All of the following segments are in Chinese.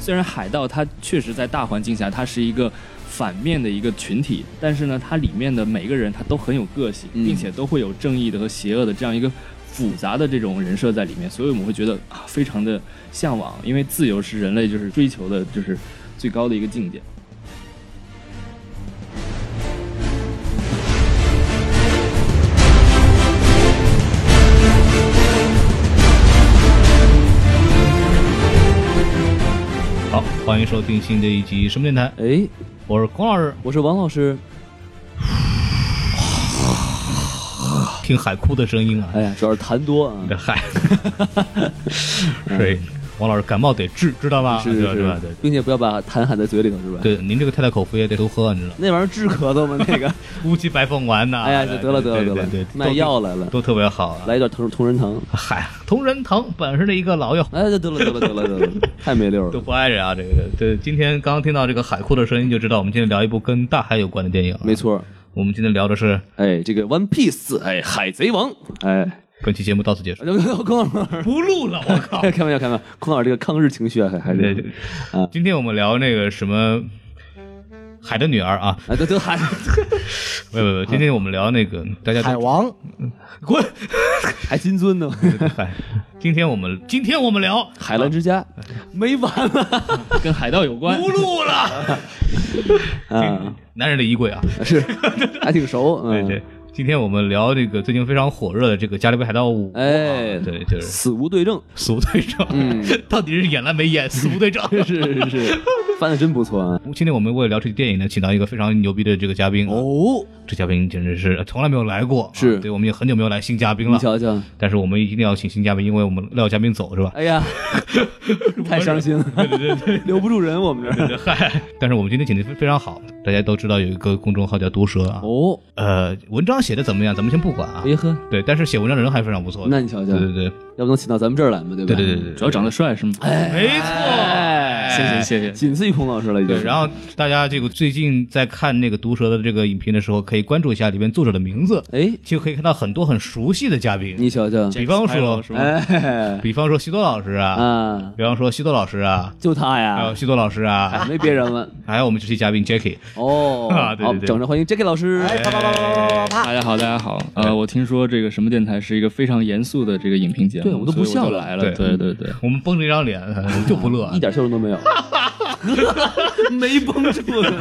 虽然海盗它确实在大环境下它是一个反面的一个群体，但是呢，它里面的每个人他都很有个性，嗯并且都会有正义的和邪恶的这样一个复杂的这种人设在里面，所以我们会觉得啊，非常的向往，因为自由是人类就是追求的就是最高的一个境界。好，欢迎收听新的一集什么电台？哎，我是孔老师。我是王老师，听海哭的声音啊，哎呀，主要是痰 多啊这海，嗯所以王老师感冒得治，知道吧？对吧对吧？并且不要把痰含在嘴里头，是吧？对对，您这个太太口服液得多喝，你知道吗？那玩意儿治咳嗽吗？那个，乌鸡白凤丸呐、哎呀，对哎得了得了对得对了对，，卖药来了都，都特别好、啊。来一段同同仁堂。嗨，同仁堂本是的一个老药， 哎，得了得了得了得了，太没溜都了。不挨着啊。这个对，今天刚刚听到这个海哭的声音，就知道我们今天聊一部跟大海有关的电影、没，错，我们今天聊的是哎，这个 One Piece，哎，海贼王，哎，本期节目到此结束，孔老师，不录了，我靠。 开玩笑，开玩笑，孔老师这个抗日情绪啊，还还对是对，，嗯今天我们聊那个什么海的女儿啊，哎，都都还没有没有，嗯今天我们聊那个大家海都王，滚，还金尊呢，嗨，今天我们今天我们聊海澜之家没完了，跟海盗有关不录了，啊，男人的衣柜啊，是， 还挺熟，对嗯，对，今天我们聊这个最近非常火热的这个《加勒比海盗五》，哎对，就是死无对证，死无对证，嗯 到底是演了没 演死无对证？是是是，翻的真不错啊，今天我们为了聊这个电影呢，请到一个非常牛逼的这个嘉宾啊哦，这嘉宾简直是从来没有来过，啊是对我们也很久没有来新嘉宾你了，瞧瞧，但是我们一定要请新嘉宾，因为我们料嘉宾走是吧？哎 呀，太伤心了，留不住人，我们这儿，嗨，但是我们今天请的非常好，大家都知道有一个公众号叫毒蛇啊，哦，呃，文章写的怎么样，咱们先不管啊，哎呵，对，但是写文章的人还非常不错的，那你瞧瞧对，对对要不能请到咱们这儿来嘛，对吧？对对对对，主要长得帅是吗？哎，没错，谢谢谢谢。仅次于孔老师了，已经哎对，。然后大家这个最近在看那个毒蛇的这个影评的时候，可以关注一下里面作者的名字，哎，就可以看到很多很熟悉的嘉宾，你瞧瞧，比方说，Sparrow 是吗？哎比方说西多老师啊，啊，比方说西多老师啊，就他还有呀，西多老师啊，没别人了。还有我们这期嘉宾 Jacky，哦， 啊对对好，对哎掌声欢迎 Jacky 老师。大家好，大家好。哎呃，我听说这个什么电台是一个非常严肃的这个影评节目，对我都不所以笑我了嗯就来了。对对对对，我们绷着一张脸就不乐，一点笑容都没有， 没绷住了。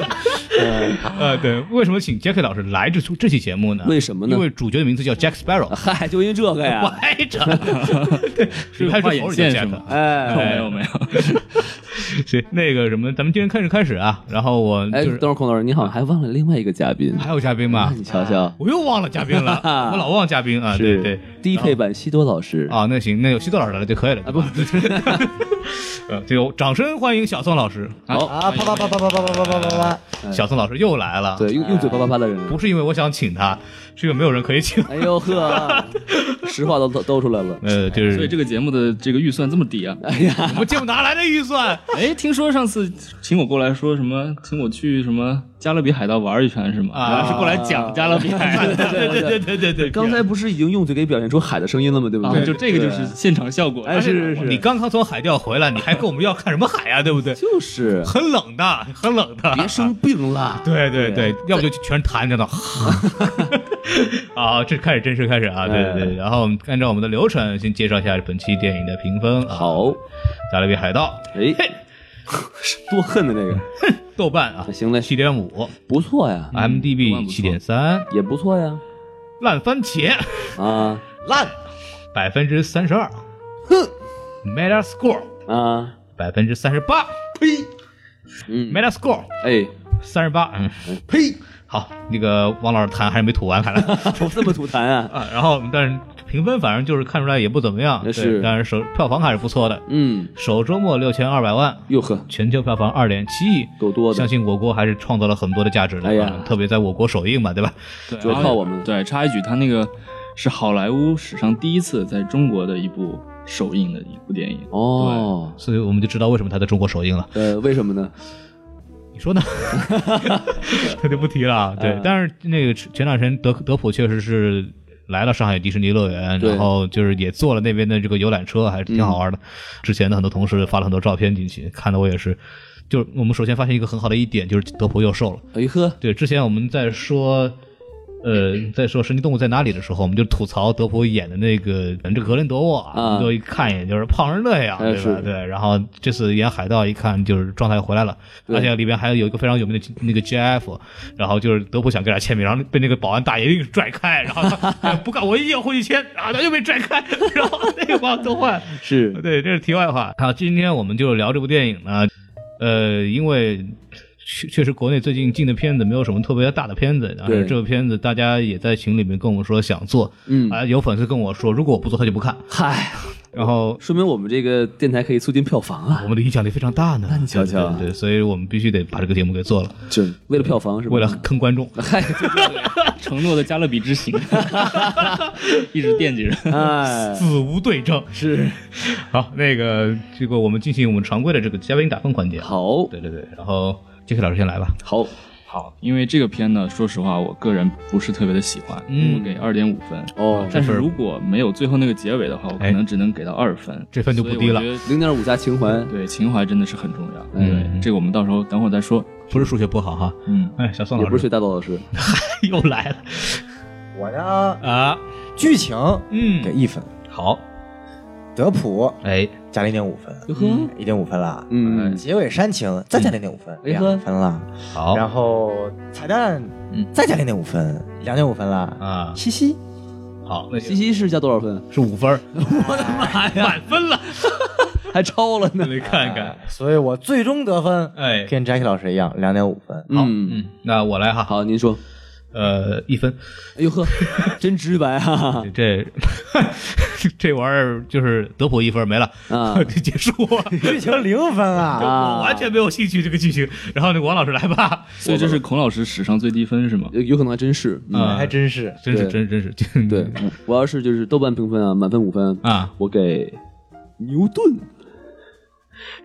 呃呃，对，为什么请 Jacky 老师来这出这期节目呢？为什么呢啊因为主角的名字叫 Jack Sparrow，嗨，就因为这个呀， 歪着，对，是开画始眼线是 Jack 吗？哎没有没有， 行，那个什么，咱们今天开始开始啊，然后我哎，就等是啊会儿孔老师，你好像还忘了另外一个嘉宾，还有嘉宾吗你？瞧瞧，我又忘了嘉宾了，我老忘嘉宾啊，对是对低配版西多老师，啊，那行，那有西多老师来了就可以了，啊对不吧， 呃，就掌声欢迎小宋老师，好，啊，啪啪啪啪啪啪啪啪啪啪，小宋老师又来了，对，用用嘴啪啪啪的人，不是因为我想请他，是因为没有人可以请，哎呦 呵，实话都都都出来了，呃，就是所以这个节目的这个预算这么低啊？哎呀，我们节目哪来的预算？哎，听说上次请我过来说什么，请我去什么加勒比海盗玩一圈是吗？啊是过来讲加勒比海盗。哦对对对对对对，刚才不是已经用嘴给表现出海的声音了吗？对不啊，对？就这个就是现场效果。哎，是是是，你刚刚从海钓回来，你还跟我们要看什么海啊？对不对？就是很冷的，很冷的。。别生病了 对对对，要不就全弹着呢。 啊，这开始真是开始啊！对对哎对，然后我们按照我们的流程，先介绍一下本期电影的评分。啊，好， 《加勒比海盗哎， 多恨的那个，》豆瓣啊那行嘞，七点五不错呀， ，MDB 七点三，也不错呀，烂番茄啊，烂，百分之三十二， Metascore 啊，百分之三十八呸嗯， ，Metascore 哎，三十八，嗯，呸，好，那个王老师痰还是没吐完，看来我这么吐痰啊，啊，然后但是评分反正就是看出来也不怎么样，那对是但是首票房还是不错的，嗯，首周末六千二百万，哟呵，全球票房二点七亿，够多的相信我国还是创造了很多的价值的，哎呀啊特别在我国首映嘛，对吧？对主要靠我们对，插一句，他那个是好莱坞史上第一次在中国的一部首映的一部电影。哦，所以我们就知道为什么它在中国首映了。呃，为什么呢？你说呢？ 他就不提了啊。对，嗯但是那个前两天德德普确实是来了上海迪士尼乐园，对嗯然后就是也坐了那边的这个游览车，还是挺好玩的。之前的很多同事发了很多照片进去，看的我也是。就是我们首先发现一个很好的一点，就是德普又瘦了。哎呵，对，之前我们在说，呃，在说《神奇动物在哪里》的时候，我们就吐槽德普演的那个这个格林德沃啊啊，就一看一眼就是胖成那样，哎对吧是？对，然后这次演海盗一看就是状态回来了，对而且里边还有一个非常有名的那个 GF，然后就是德普想给他签名，然后被那个保安大爷硬拽开，然后他、 哎不干，我一定要回去签，然后他又被拽开，然后那个保安都换。是，对，这是题外话。好，今天我们就聊这部电影呢，呃，因为确确实国内最近进的片子没有什么特别大的片子，但是对这部片子大家也在群里面跟我说想做，嗯啊、有粉丝跟我说，如果我不做他就不看，嗨，然后。说明我们这个电台可以促进票房啊，我们的影响力非常大呢，那你瞧瞧啊对对，所以我们必须得把这个节目给做了，就为了票房是吧？为了坑观众。嗨，对对对承诺的加勒比之行， 一直惦记着。哎，子无对证 是好，那个这个我们进行我们常规的这个嘉宾打分环节。，好，对对对，然后杰克老师先来吧。好，好，因为这个片呢，说实话，我个人不是特别的喜欢，嗯我给二点五分。啊哦，但是如果没有最后那个结尾的话，我可哎能只能给到二分，这分就不低了所以我觉得零点五加情怀，对，情怀真的是很重要。嗯对，这个我们到时候等会儿再说。不是数学不好哈，嗯，哎，小宋也老不是师学大道老师， 又来了我呀，啊，剧情嗯给一分，好，德普哎，加零点五分，哟呵，一点五分了。嗯，结尾煽情再加零点五分，哎两呵分了。好然后彩蛋嗯再加零点五分，两点五分了。啊，嘻嘻，好，那 西西是加多少分？ 是五分儿， 我的妈呀，满分 了，还超了呢，你看看，所以我最终得分哎，跟 Jackie 老师一样，两点五分。嗯，嗯，那我来哈，好，您说，呃，一分，哎呦呵， 真直白啊，这 这玩意儿就是德普一分没了， 啊 就结束 了。剧情零分啊！啊我完全没有兴趣这个剧情，然后那个王老师来吧，所以这是孔老师史上最低分是吗？有有可能还真是，嗯啊，还真是真是对真真是， 对，我要是就是豆瓣评嗯分啊，满分五分，啊，我给牛顿，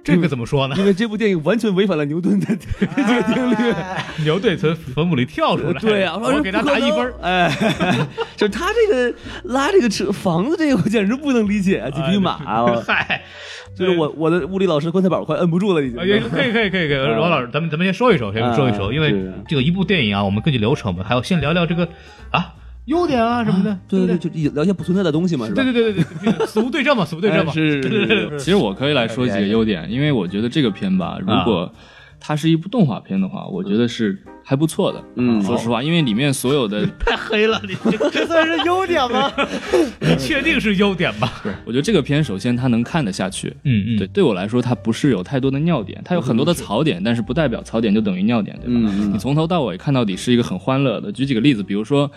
这个怎么说呢？因为这部电影完全违反了牛顿的这哎个定律。 牛队从坟墓里跳出来，对啊，说哎我给他不可打能一分儿，哎， 就是他这个拉这个车房子这个，我简直不能理解啊！几匹马啊，我嗨，就是我我的物理老师棺材板快摁不住了，已经啊，。也可以可以可以可以，啊罗老师，咱们咱们先说一说，先说一说，啊因为是这个一部电影啊，我们根据流程嘛，还要先聊聊这个啊优点啊什么的，对不对对对，就聊一些不存在的东西嘛，是吧？对对对对对，死无对证嘛，死 无对证嘛，哎是是是是其实我可以来说几个优点，因为我觉得这个片吧，如啊果它是一部动画片的话，我觉得是还不错的。嗯说实话，因为里面所有的，太 黑了，你这算是优点吗？你确定是优点吧？我觉得这个片首先它能看得下去。嗯对，，对我来说，它不是有太多的尿点，它有很多的槽点，但是不代表槽点就等于尿点，对吧？嗯你从头到尾看到底是一个很欢乐的。举几个例子，比如说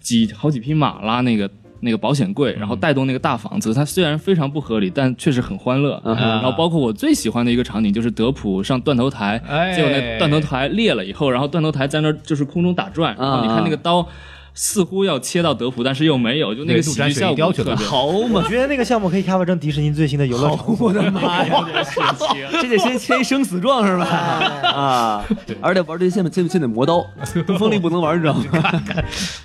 几好几匹马拉那个那个保险柜，然后嗯带动那个大房子，它虽然非常不合理，但确实很欢乐。嗯啊然后包括我最喜欢的一个场景就是德普上断头台，哎结果那断头台裂了以后，然后断头台在那儿就是空中打转，然后你看啊那个刀。似乎要切到德普，但是又没有，就那对个陆喜战剧水效一雕果去特了别好。 好嘛我，觉得那个项目可以开发成迪士尼最新的游乐场所。我的妈 呀！这得先签一生死状是吧？啊， 而且玩这些先先得磨刀，东风力不能玩，你知道吗？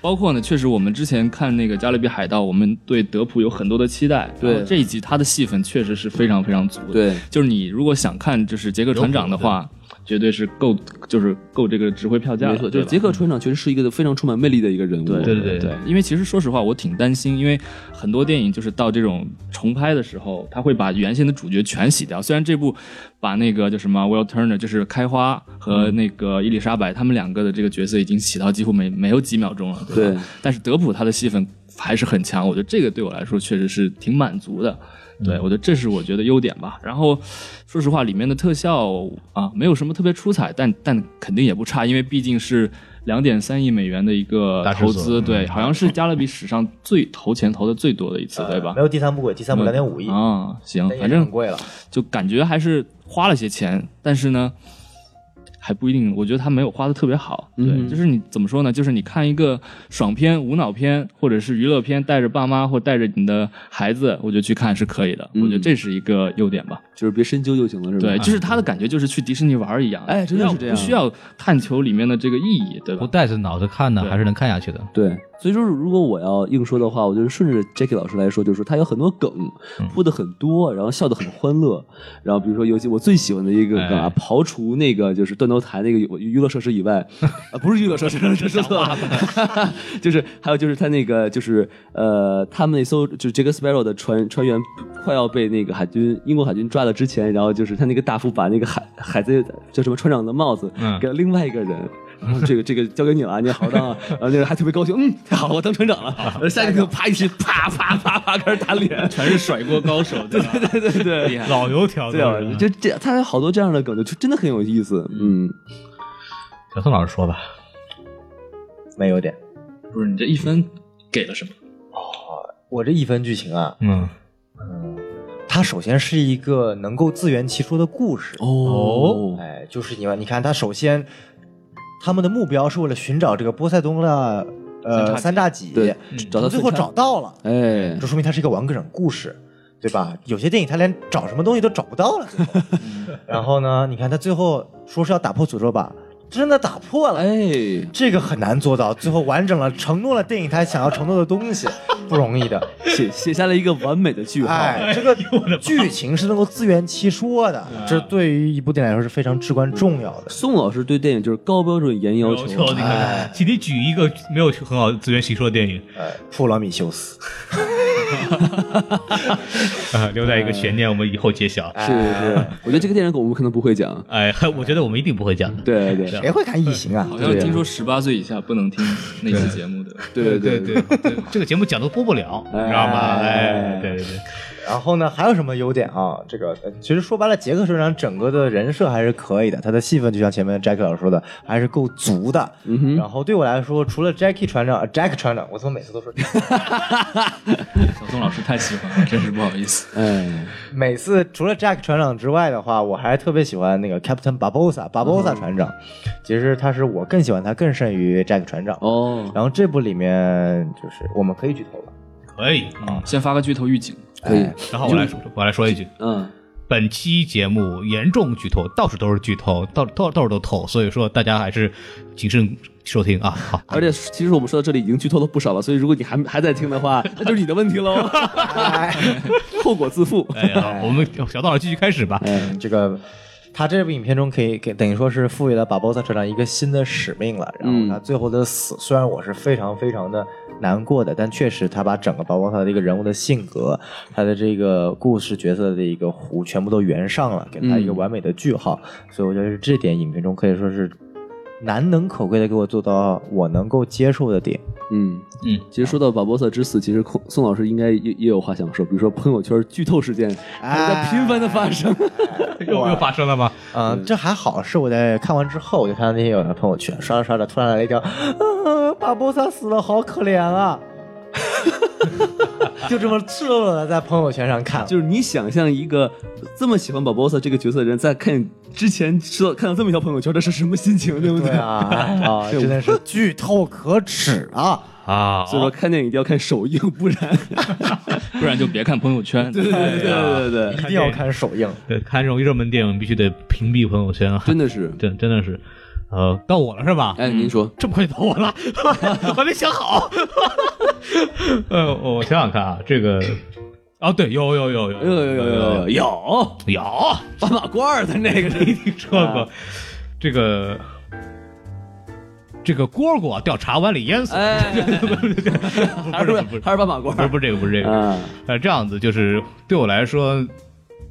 包括呢，确实我们之前看那个《加勒比海盗》，我们对德普有很多的期待。对然后这一集他的戏份确实是非常非常足的。对，就是你如果想看就是杰克船长的话，绝对是够，就是够这个值回票价的。没错，就是对杰吧克船长确实是一个非常充满魅力的一个人物。对对对对对，因为其实说实话，我挺担心，因为很多电影就是到这种重拍的时候，他会把原先的主角全洗掉。虽然这部把那个叫什么 Will Turner，就是开花和那个伊丽莎白他们两个的这个角色已经洗到几乎没没有几秒钟了，吧对但是德普他的戏份还是很强。我觉得这个对我来说确实是挺满足的。嗯对，我觉得这是我觉得优点吧。然后，说实话，里面的特效啊，没有什么特别出彩，但但肯定也不差，因为毕竟是两点三亿美元的一个大制投作资，嗯对，好像是加勒比史上最投钱投的最多的一次，对吧呃没？有第三部贵，第三部两点五亿，啊，行，嗯但也反是正很贵了。就感觉还是花了些钱，但是呢，还不一定。我觉得他没有花的特别好。对，嗯就是你怎么说呢？就是你看一个爽片、无脑片或者是娱乐片，带着爸妈或带着你的孩子，我觉得去看是可以的。嗯我觉得这是一个优点吧。就是别深究就行了，是吧？对，就是他的感觉就是去迪士尼玩儿一样。哎真的是这样不需要探求里面的这个意义，对不吧？带着脑子看呢，对还是能看下去的。对，所以说如果我要硬说的话，我就是顺着 Jackie 老师来说，就是说他有很多梗嗯铺的很多，然后笑得很欢乐，然后比如说尤其我最喜欢的一个梗啊，哎刨除那个就是断头台那个娱娱乐设施以 外，啊不是娱乐设施， 说错了，就是还有就是他那个就是呃他们那艘就是 Jack Sparrow 的船船员快要被那个海军英国海军抓了之前，然后就是他那个大副把那个海海贼叫什么船长的帽子嗯给了另外一个人。然后嗯这个这个交给你了，你好好当啊。然后那人还特别高兴，嗯，太好了，我当船长了。然后下一个啪一起啪啪啪啪开始打脸，全是甩锅高手，对吧？ 对对对，厉害。老油条对啊，就这他有好多这样的梗，就真的很有意思。嗯，小宋老师说吧，没有点。不是你这一分给了什么？我这一分剧情啊，嗯，它首先是一个能够自圆其说的故事。哦哎，就是你们，你看，他首先他们的目标是为了寻找这个波塞冬的呃三叉戟，对，找到最后找，到了，哎，这说明它是一个完整故事，对吧？有些电影它连找什么东西都找不到了。最后然后呢，你看他最后说是要打破诅咒吧，真的打破了。哎，这个很难做到，最后完整了，承诺了电影它想要承诺的东西，不容易的。写写下了一个完美的句号。哎，这个剧情是能够自圆其说的，这对啊于一部电影来说是非常至关重要的。宋老师对电影就是高标准严要要求，啊求你看哎看，请你举一个没有很好资源吸收的电影，呃，普罗米修斯，啊，留在一个悬念，我们以后揭晓。是是是，我觉得这个电影梗我们可能不会讲。哎， 还我觉得我们一定不会讲的。对对谁会看异形啊？好像听说十八岁以下不能听那期节目的。对对对，对，这个节目讲的播不了，你知道吗？哎，对对对，然后呢，还有什么优点啊？这个呃其实说白了，杰克船长整个的人设还是可以的，他的戏份就像前面 Jack 老师说的，还是够足的。然后对我来说，除了 Jackie 船长、呃、，Jack 船长，我怎么每次都说 Jack，小宋老师太喜欢了，真是不好意思。哎，每次除了 Jack 船长之外的话，我还是特别喜欢那个 Captain Barbosa，Barbosa 船长。其实他是我更喜欢他，更胜于 Jack 船长。哦，然后这部里面就是我们可以剧透了，可以。啊嗯先发个剧透预警，可以，然后我来说，我来说一句，嗯，本期节目严重剧透，到处都是剧透，到到到处都透，所以说大家还是谨慎收听啊。好，而且其实我们说到这里已经剧透了不少了，所以如果你还还在听的话，那就是你的问题 喽，哎后果自负。哎哎呀，我们小道老师继续开始吧。嗯这个。他这部影片中可以给等于说是赋予了巴博萨船长一个新的使命了，然后他最后的死，虽然我是非常非常的难过的，但确实他把整个巴博萨的一个人物的性格，他的这个故事角色的一个弧全部都圆上了，给他一个嗯完美的句号，所以我觉得是这点影片中可以说是难能可贵的给我做到我能够接受的点。嗯嗯，其实说到巴博萨之死，其实孔宋老师应该也也有话想说，比如说朋友圈剧透事件哎还在频繁的发生。又又发生了吗？嗯，这还好，是我在看完之后，我就看到那些有人朋友圈刷着刷着，突然来了一条，啊，巴博萨死了，好可怜啊！ 就这么赤裸裸的在朋友圈上看，就是你想象一个这么喜欢巴博萨这个角色的人，在看之前知道看到这么一条朋友圈，这是什么心情，对不对啊，哎 啊，真的是剧透可耻啊！啊，所以说看电影一定要看首映，不然不然就别看朋友圈。啊对 对对对对对，一定要看首 映，对，看这种热门电影必须得屏蔽朋友圈啊，真的是。真真的是，呃，到我了是吧？哎，您说，这么快就到我了， 我还没想好。 呃，我想想看啊，这个，啊，对，有有有有嗯有有有有有有有， 斑马罐儿的那个没是，听说啊过这个。这个蝈蝈啊掉茶碗里淹死，哎，还还是不是还是斑马罐 不是儿不是这个不是这个，啊？呃，这样子就是对我来说，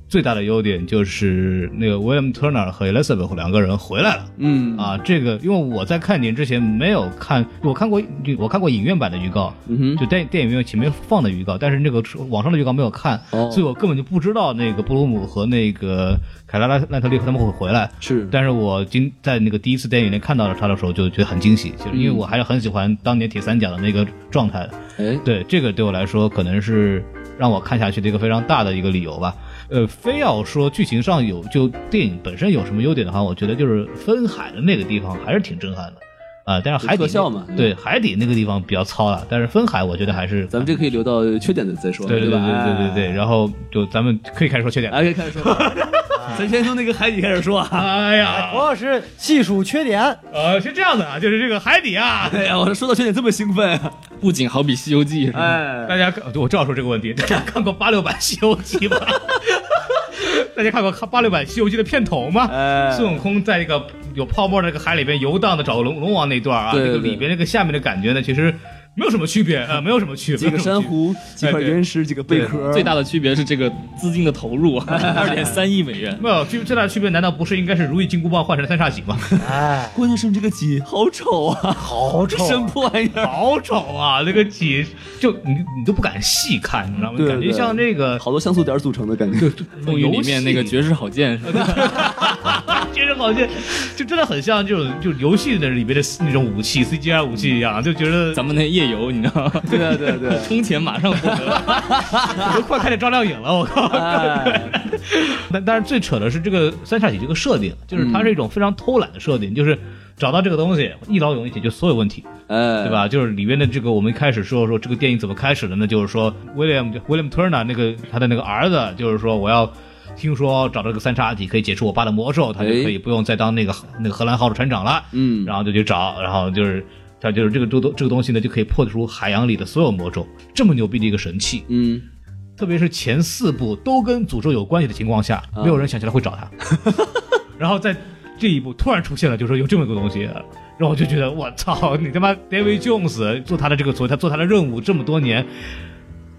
最大的优点就是那个 William Turner 和 Elizabeth 两个人回来了。嗯啊，这个因为我在看年之前没有看，我看过我看过影院版的预告，嗯就电电影院前面放的预告，但是那个网上的预告没有看，哦所以我根本就不知道那个布鲁姆和那个凯拉拉奈特利夫他们会回来。是但是我今在那个第一次电影院看到了他的时候，就觉得很惊喜，就是嗯因为我还是很喜欢当年铁三角的那个状态的。哎对，这个对我来说可能是让我看下去的一个非常大的一个理由吧。呃，非要说剧情上有就电影本身有什么优点的话，我觉得就是分海的那个地方还是挺震撼的。啊、但是海底特效那嘛嗯对海底那个地方比较糙了，但是分海我觉得还是咱们这可以留到缺点的再说，对对对吧？对对对对，然后就咱们可以开始说缺点了。哎，可以开始说吧， 咱先从那个海底开始说 啊。哎呀，老师细数缺点，呃，是这样的啊，就是这个海底啊，哎呀，我说到缺点这么兴奋，啊不仅好比《西游记》是啊吧，哎，大家看，哦我正要说这个问题， 大家看过八六版《西游记》吗？ 大家看过八六版《西游记》的片头吗？哎孙悟空在那个有泡沫的那个海里边游荡的找龙龙王那段啊，对对那个里边那个下面的感觉呢，其实没有什么区别，呃，没有什么区别。几个珊瑚，几块原石，几个贝壳，最大的区别是这个资金的投入，二点三亿美元。没有区最大的区别，难道不是应该是如意金箍棒换成三叉戟 吗？哎，关键是你这个鸡好丑啊，好这丑啊，什么破玩意儿？好丑啊！那个戟就你你都不敢细看，你知道吗？对对感觉像那个好多像素点组成的感觉。嗯风云里面那个绝世好剑是吧？确实好像就真的很像这种就游戏的里边的那种武器 CGI 武器一样，就觉得咱们那夜游，你知道吗？对啊对啊对啊充钱马上获得。我 都快看见张靓颖了，我靠！哎， 但但是最扯的是这个三叉戟这个设定，就是嗯它是一种非常偷懒的设定，就是找到这个东西一劳永逸解决所有问题， 哎对？吧？就是里面的这个我们一开始说说这个电影怎么开始的呢？就是说 William William Turner 那个他的那个儿子，就是说我要。听说找到这个三叉戟可以解除我爸的魔咒，他就可以不用再当那个那个荷兰号的船长了。嗯，然后就去找，然后就是它就是这个这个这个东西呢，就可以破除海洋里的所有魔咒，这么牛逼的一个神器，嗯，特别是前四部都跟诅咒有关系的情况下，没有人想起来会找他，然后在这一部突然出现了，就说有这么个东西。然后我就觉得我 操，你他妈 David Jones 做他的这个所谓他做他的任务这么多年，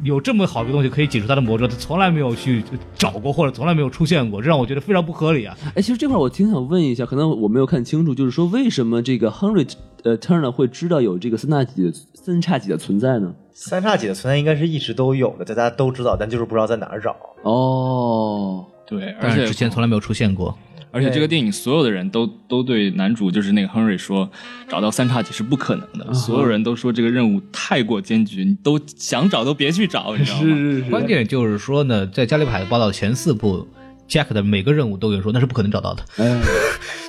有这么好的东西可以解除他的魔咒，他从来没有去找过或者从来没有出现过，这让我觉得非常不合理啊！哎，其实这块儿我挺想问一下，可能我没有看清楚，就是说为什么这个 Henry 呃 Turner 会知道有这个三叉戟的三叉戟的存在呢？三叉戟的存在应该是一直都有的，大家都知道，但就是不知道在哪儿找。哦，对，而但是且之前从来没有出现过。而且这个电影所有的人都都对男主就是那个 Henry 说，找到三叉戟是不可能的，所有人都说这个任务太过艰巨，你都想找都别去找，你知道吗？是是关是，键就是说呢，在加利海的报道前四部，Jack 的每个任务都跟人说那是不可能找到的，哎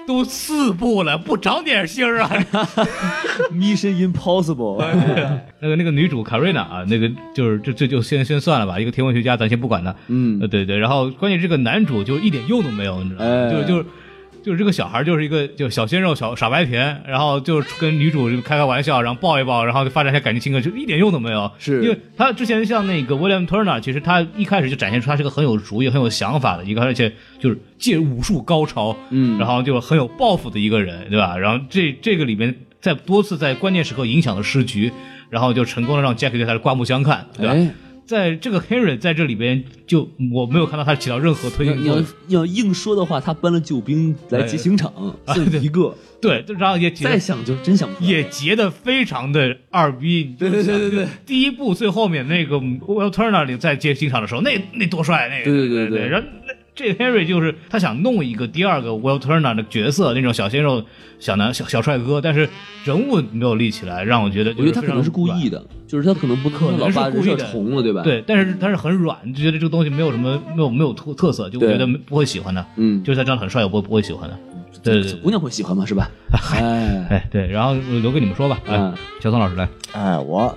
都四部了，不长点心儿啊！ ，Mission Impossible，那个那个女主卡瑞娜啊，那个就是这这就先先算了吧，一个天文学家，咱先不管他。嗯呃，对对，然后关键这个男主就一点用都没有，你知道吗？哎就是就是。就是这个小孩儿就是一个就小鲜肉小傻白甜，然后就是跟女主就开开玩笑，然后抱一抱，然后就发展一下感情情感，就一点用都没有。是因为他之前像那个 William Turner，其实他一开始就展现出他是个很有主意、很有想法的一个，而且就是借武术高超，嗯然后就很有抱负的一个人，对吧？然后这这个里面在多次在关键时刻影响了时局，然后就成功的让 Jack 对他刮目相看，对吧？哎，在这个 Henry 在这里边就我没有看到他起到任何推你要进你作要用，要硬说的话，他搬了救兵来劫刑场，算一个，对，就然后也结再想就真想不出来也结的非常的二逼。对对对对对，第一部最后面那个 Will Turner 里在接进场的时候，那那多帅那个，对对对对对然后那这 Henry 就是他想弄一个第二个 Will Turner 的角色，那种小鲜肉、小男小小帅哥，但是人物没有立起来，让我觉得我觉得他可能是故意的。的，就是他可能不可能老爸是故人意的设重了，对吧？，对，但是他是很软，就觉得这个东西没有什么没有没有特特色，就对觉得没不会喜欢的。嗯，就是他长得很帅，我不不会喜欢的。对对姑对，娘会喜欢嘛，是吧？哎，哎对，然后留给你们说吧。哎嗯，小宋老师来，哎，我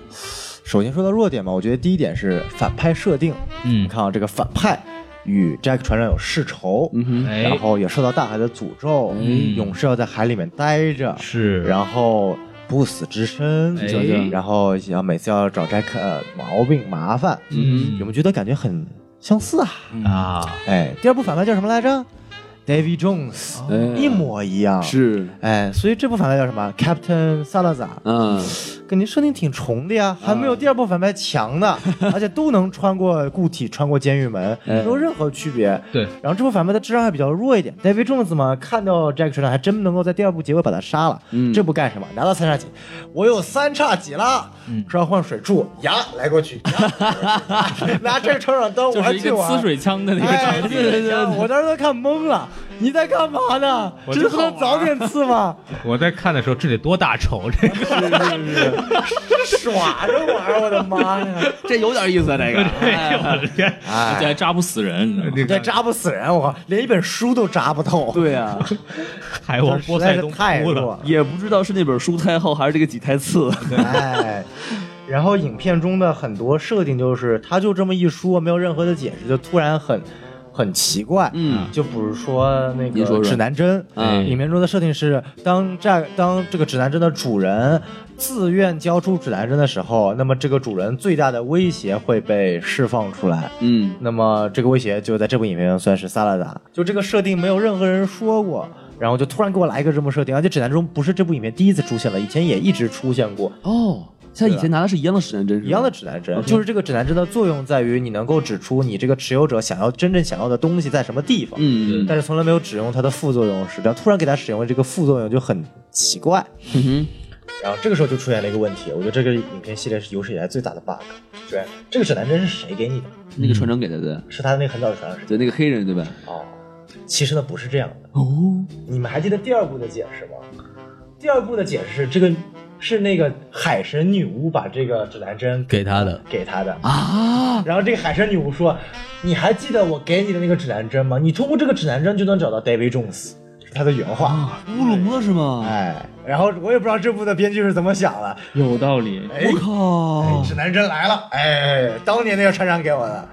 首先说到弱点吧，我觉得第一点是反派设定。你嗯，看啊，这个反派与 Jack 船长有世仇，嗯哼，哎然，后也受到大海的诅咒，嗯永世要在海里面待着，是，然后不死之身，哎就然后要每次要找 Jack 呃毛病麻烦，嗯有没有觉得感觉很相似啊？啊，哎，第二部反派叫什么来着？David Jones，、哎一模一样。哎是，哎，所以这部反派叫什么？Captain Salazar。嗯，感觉设定挺重的呀，啊还没有第二部反派强 呢，而且都能穿过固体，穿过监狱门，嗯没有任何区别。对然后这部反派的质量还比较弱一点，David Jones 嘛，看到 Jack 船长还真能够在第二部结尾把他杀了。嗯这部干什么？拿到三叉戟，我有三叉戟啦，嗯说要换水柱，呀，来过去， 呀拿 Jack 船长当就玩是一具个玩呲。水枪的那个哎，场对景。对对， 我当时都看懵了，你在干嘛呢？我这真不好能早点刺吗？ 我在看的时候，这得多大仇？这 个耍着玩儿，我的妈呀！这有点意思啊，这个。哎呦，我的天！这哎，还扎不死人，你知道 吗这这个扎不死人，我靠，连一本书都扎不透。 对啊， 海王实波在塞是冬太哭弱了。了。也不知道是那本书太厚还是这个几太次。哎，然后影片中的很多设定就是，他就这么一说，没有任何的解释，就突然很很奇怪。嗯，就比如说那您说说个指南针，嗯影片中的设定是，当这当这个指南针的主人自愿交出指南针的时候，那么这个主人最大的威胁会被释放出来。嗯，那么这个威胁就在这部影片中算是撒拉达，就这个设定没有任何人说过，然后就突然给我来一个这么设定，而且指南中不是这部影片第一次出现了，以前也一直出现过哦，像以前拿的是一样的指南针，是吧啊一样的。指南嗯针，就是这个指南针的作用在于你能够指出你这个持有者想要真正想要的东西在什么地方，嗯嗯但是从来没有使用它的副作用时，然后突然给它使用了这个副作用就很奇怪，嗯哼，然后这个时候就出现了一个问题，我觉得这个影片系列是有史以来最大的 bug，对，这个指南针是谁给你的？那个船长给他的，是他那个很早的船上谁？对，那个黑人对吧？哦，其实呢不是这样的。哦，你们还记得第二部的解释吗？第二部的解释是这个是那个海神女巫把这个指南针给她的，给她的。啊，然后这个海神女巫说：“你还记得我给你的那个指南针吗？你通过这个指南针就能找到 David Jones。”是她的原话。乌龙了是吗？哎，然后我也不知道这部的编剧是怎么想的。有道理。 哎，靠指南针来了！哎，当年那个船长给我的。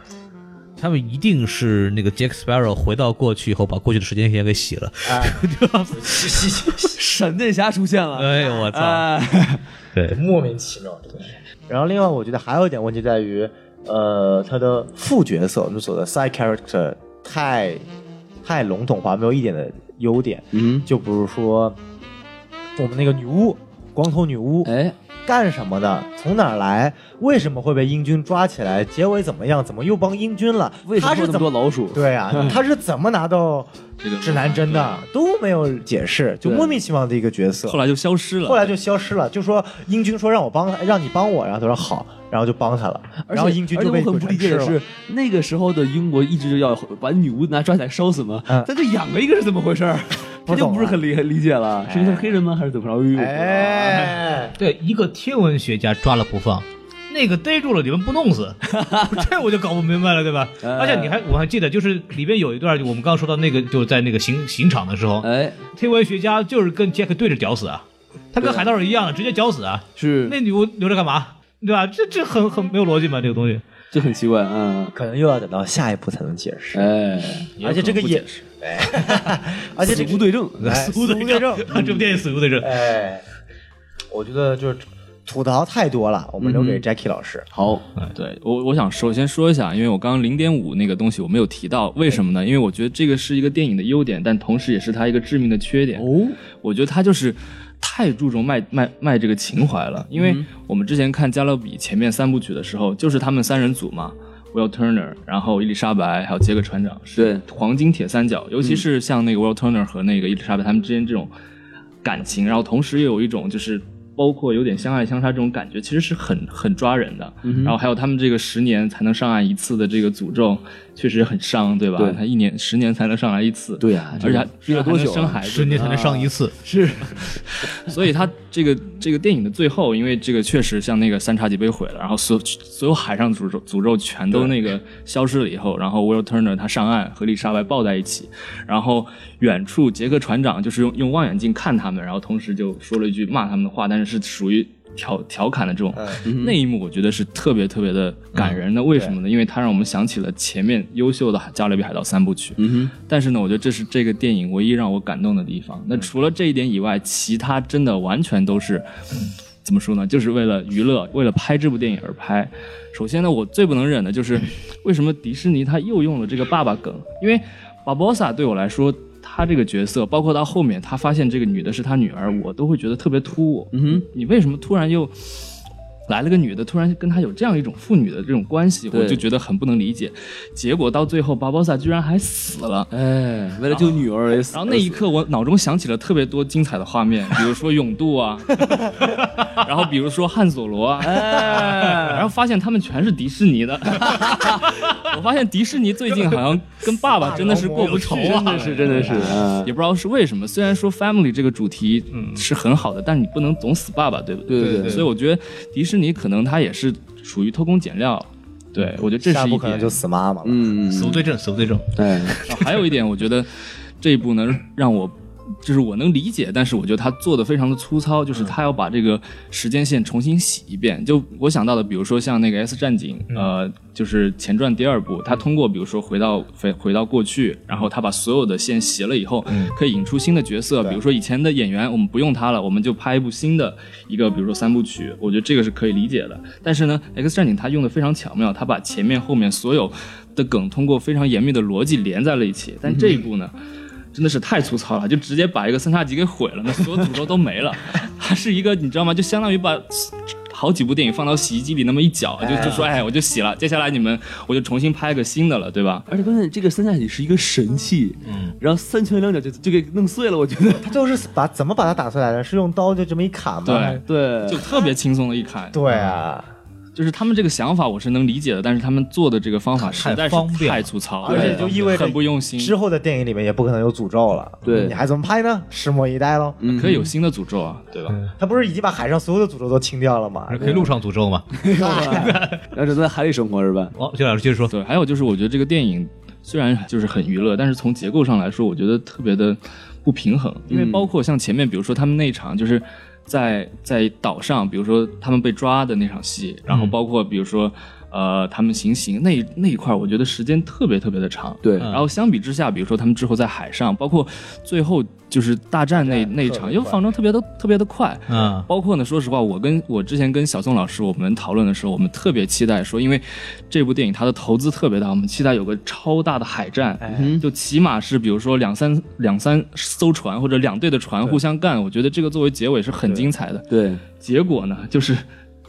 他们一定是那个 Jack Sparrow 回到过去以后，把过去的时间线给洗了。哎，闪电侠出现了，哎呦，我操！哎，对，莫名其妙的。然后另外我觉得还有一点问题在于，呃，他的副角色，我们所谓的 side character 太太笼统化，没有一点的优点。嗯，就比如说我们那个女巫，光头女巫，哎，干什么的？从哪儿来？为什么会被英军抓起来？结尾怎么样？怎么又帮英军了？为什么她会有是那么嗯怎多老鼠？对啊，他是怎么拿到指南针的？都没有解释，就对莫名其妙的一个角色。后来就消失了。后来就消失了，就说英军说让我帮他，让你帮我，然后他说好，然后就帮他了，而且，然后英军而且就我被很鬼不理船解吃的了。是，那个时候的英国一直就要把女巫拿抓起来烧死嘛，嗯但这养了一个是怎么回事儿？不这就懂不是啊很理很理解了，是因为他是黑人吗？还是怎么着？呦哎，对，一个天文学家抓了不放，那个逮住了你们不弄死，这我就搞不明白了，对吧？哎而且你还我还记得，就是里边有一段，就我们刚刚说到那个，就是在那个刑刑场的时候，哎，天文学家就是跟杰克对着绞死啊，他跟对啊海盗一样，直接绞死啊。是那女巫留着干嘛？对吧？这这很很没有逻辑嘛，这个东西。就很奇怪，嗯，可能又要等到下一步才能解释，哎，而且这个也， 而且这死无个对证， 哎 死无对对证， 这部电影死无对证。哎，我觉得就是吐槽太多了，我们留嗯给 Jackie 老师。好，对我，我想首先说一下，因为我刚刚零点五那个东西我没有提到，为什么呢？因为我觉得这个是一个电影的优点，但同时也是它一个致命的缺点。哦，我觉得他就是太注重卖卖卖这个情怀了，嗯因为我们之前看《加勒比》前面三部曲的时候，就是他们三人组嘛。Will Turner，然后伊丽莎白，还有杰克船长，是黄金铁三角。尤其是像那个 Will Turner 和那个伊丽莎白他们之间这种感情，然后同时又有一种就是包括有点相爱相杀这种感觉，其实是嗯很很抓人的。然后还有他们这个十年才能上岸一次的这个诅咒，确实很伤，对吧？对他一年十年才能上来一次，对啊而且还这个还多久能啊生孩子，十年才能上一次，是， 所以他这个这个电影的最后，因为这个确实像那个三叉戟被毁了，然后所所有海上诅咒诅咒全都那个消失了以后，然后 Will Turner 他上岸和丽莎白抱在一起，然后远处杰克船长就是用用望远镜看他们，然后同时就说了一句骂他们的话，但是是属于调调侃的这种。嗯那一幕我觉得是特别特别的感人的，为什么呢？因为它让我们想起了前面优秀的《加勒比海盗》三部曲。嗯但是呢，我觉得这是这个电影唯一让我感动的地方。嗯那除了这一点以外，其他真的完全都是怎么说呢？就是为了娱乐，为了拍这部电影而拍。首先呢，我最不能忍 的就是为什么迪士尼它又用了这个爸爸梗？因为巴博萨对我来说，他他这个角色，包括到后面他发现这个女的是他女儿，我都会觉得特别突兀。嗯哼，你为什么突然又来了个女的，突然跟他有这样一种父女的这种关系，对我就觉得很不能理解。结果到最后，巴博萨居然还死了。哎，呃为了救女儿而死。然后那一刻，我脑中想起了特别多精彩的画面，比如说勇 度啊，然后比如说汉索罗啊，哎然后发现他们全是迪士 尼的。我发现迪士尼最近好像跟爸爸真的 是过不去，大劳模有仇啊真的是是真的是，嗯也不知道是为什么。虽然说 family 这个主题嗯是很好的，但是你不能总死爸爸，对不对？对对对所以我觉得迪士尼可能它也是属于偷工减料。对，我觉得这下是一一步可能点就。死妈妈了。嗯，死无对证，死无对证。哎，然后啊还有一点，我觉得这一部能让我。就是我能理解，但是我觉得他做的非常的粗糙，就是他要把这个时间线重新洗一遍。就我想到的，比如说像那个《S 战警》，呃，就是前传第二部，他通过比如说回到回回到过去，然后他把所有的线洗了以后，可以引出新的角色，对比如说以前的演员我们不用他了，我们就拍一部新的一个，比如说三部曲，我觉得这个是可以理解的。但是呢，《X 战警》它用的非常巧妙，它把前面后面所有的梗通过非常严密的逻辑连在了一起，但这一部呢？真的是太粗糙了，就直接把一个三叉戟给毁了，那所有诅咒都没了。 它是一个，你知道吗？就相当于把好几部电影放到洗衣机里那么一搅，就就说，哎，我就洗了，接下来你们我就重新拍个新的了，对吧？而且关键这个三下戟是一个神器，嗯，然后三拳两脚就就给弄碎了，我觉 得，他就是把怎么把它打碎来的？是用刀就这么一砍吗？对对，就特别轻松的一砍，对啊，就是他们这个想法我是能理解的，但是他们做的这个方法实在太是方便了太粗糙，而且对就意味着很不用心。之后的电影里面也不可能有诅咒了。对你还怎么拍呢？拭目以待喽。嗯可以有新的诅咒啊，对吧？他不是已经把海上所有的诅咒都清掉了吗？可以路上诅咒嘛？然后只能在海里生活是吧？哦，谢老师接着说，对，还有就是我觉得这个电影虽然就是很娱乐，但是从结构上来说，我觉得特别的不平衡，因嗯为包括像前面，比如说他们那一场就是。在在岛上，比如说他们被抓的那场戏，然嗯后包括比如说，呃，他们行刑那一那一块儿，我觉得时间特别特别的长。嗯对，嗯然后相比之下，比如说他们之后在海上，包括最后就是大战那大战那一特场，别又快放成特别的特别的快。嗯，包括呢，说实话，我跟我之前跟小宋老师我们讨论的时候，我们特别期待说，因为这部电影它的投资特别大，我们期待有个超大的海战，就起码是比如说两三两三艘船或者两队的船互相干，我觉得这个作为结尾是很精彩的。对，结果呢，就是。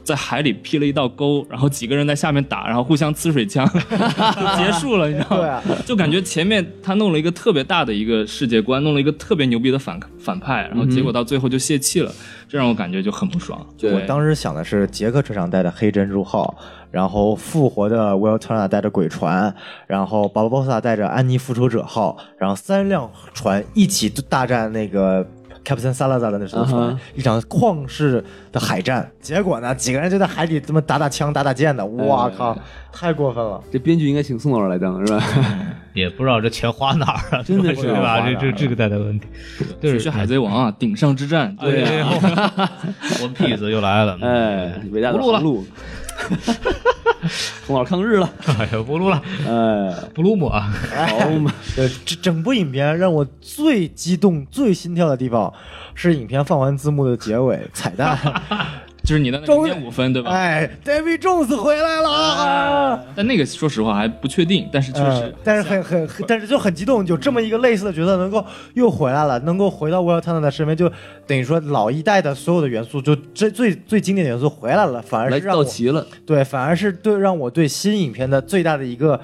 在海里劈了一道沟，然后几个人在下面打，然后互相呲水枪， 就结束了，你知道吗？对啊，就感觉前面他弄了一个特别大的一个世界观，弄了一个特别牛逼的反反派，嗯然后结果到最后就泄气了，这让我感觉就很不爽。对我当时想的是杰克船长带的黑珍珠号，然后复活的 Will Turner 带着鬼船，然后巴巴波萨带着安妮复仇者号，然后三辆船一起大战那个。Captain Salazar 的那艘船嗯哼一场旷世的海战，结果呢，几个人就在海底这么打打枪、打打剑的，嗯哇靠，太过分了！这编剧应该请宋老师来当是吧？也不知道这钱花哪儿了，啊真的是对花哪吧？儿这这了这个带来的问题，学学《海贼王》啊，顶上之战，嗯对啊，哎我 Piece 又来了， 哎，伟大的不录了航路， 宋老师抗日了， 哎呀，不录了，哎，不录姆啊，好嘛，呃，这整部影片让我最激动、最心跳的地方是影片放完字幕的结尾彩 蛋，就是你的那终零于点五分对吧？哎，David Jones 回来了啊！但那个说实话还不确定，但是确嗯，实，但是很很很，但是就很激动，有这么一个类似的角色能够又回来了，能够回到 Will Turner 的身边，就等于说老一代的所有的元素，就这最最经典的元素回来了，反而来是让到我齐了，对，反而是对让我对新影片的最大的一个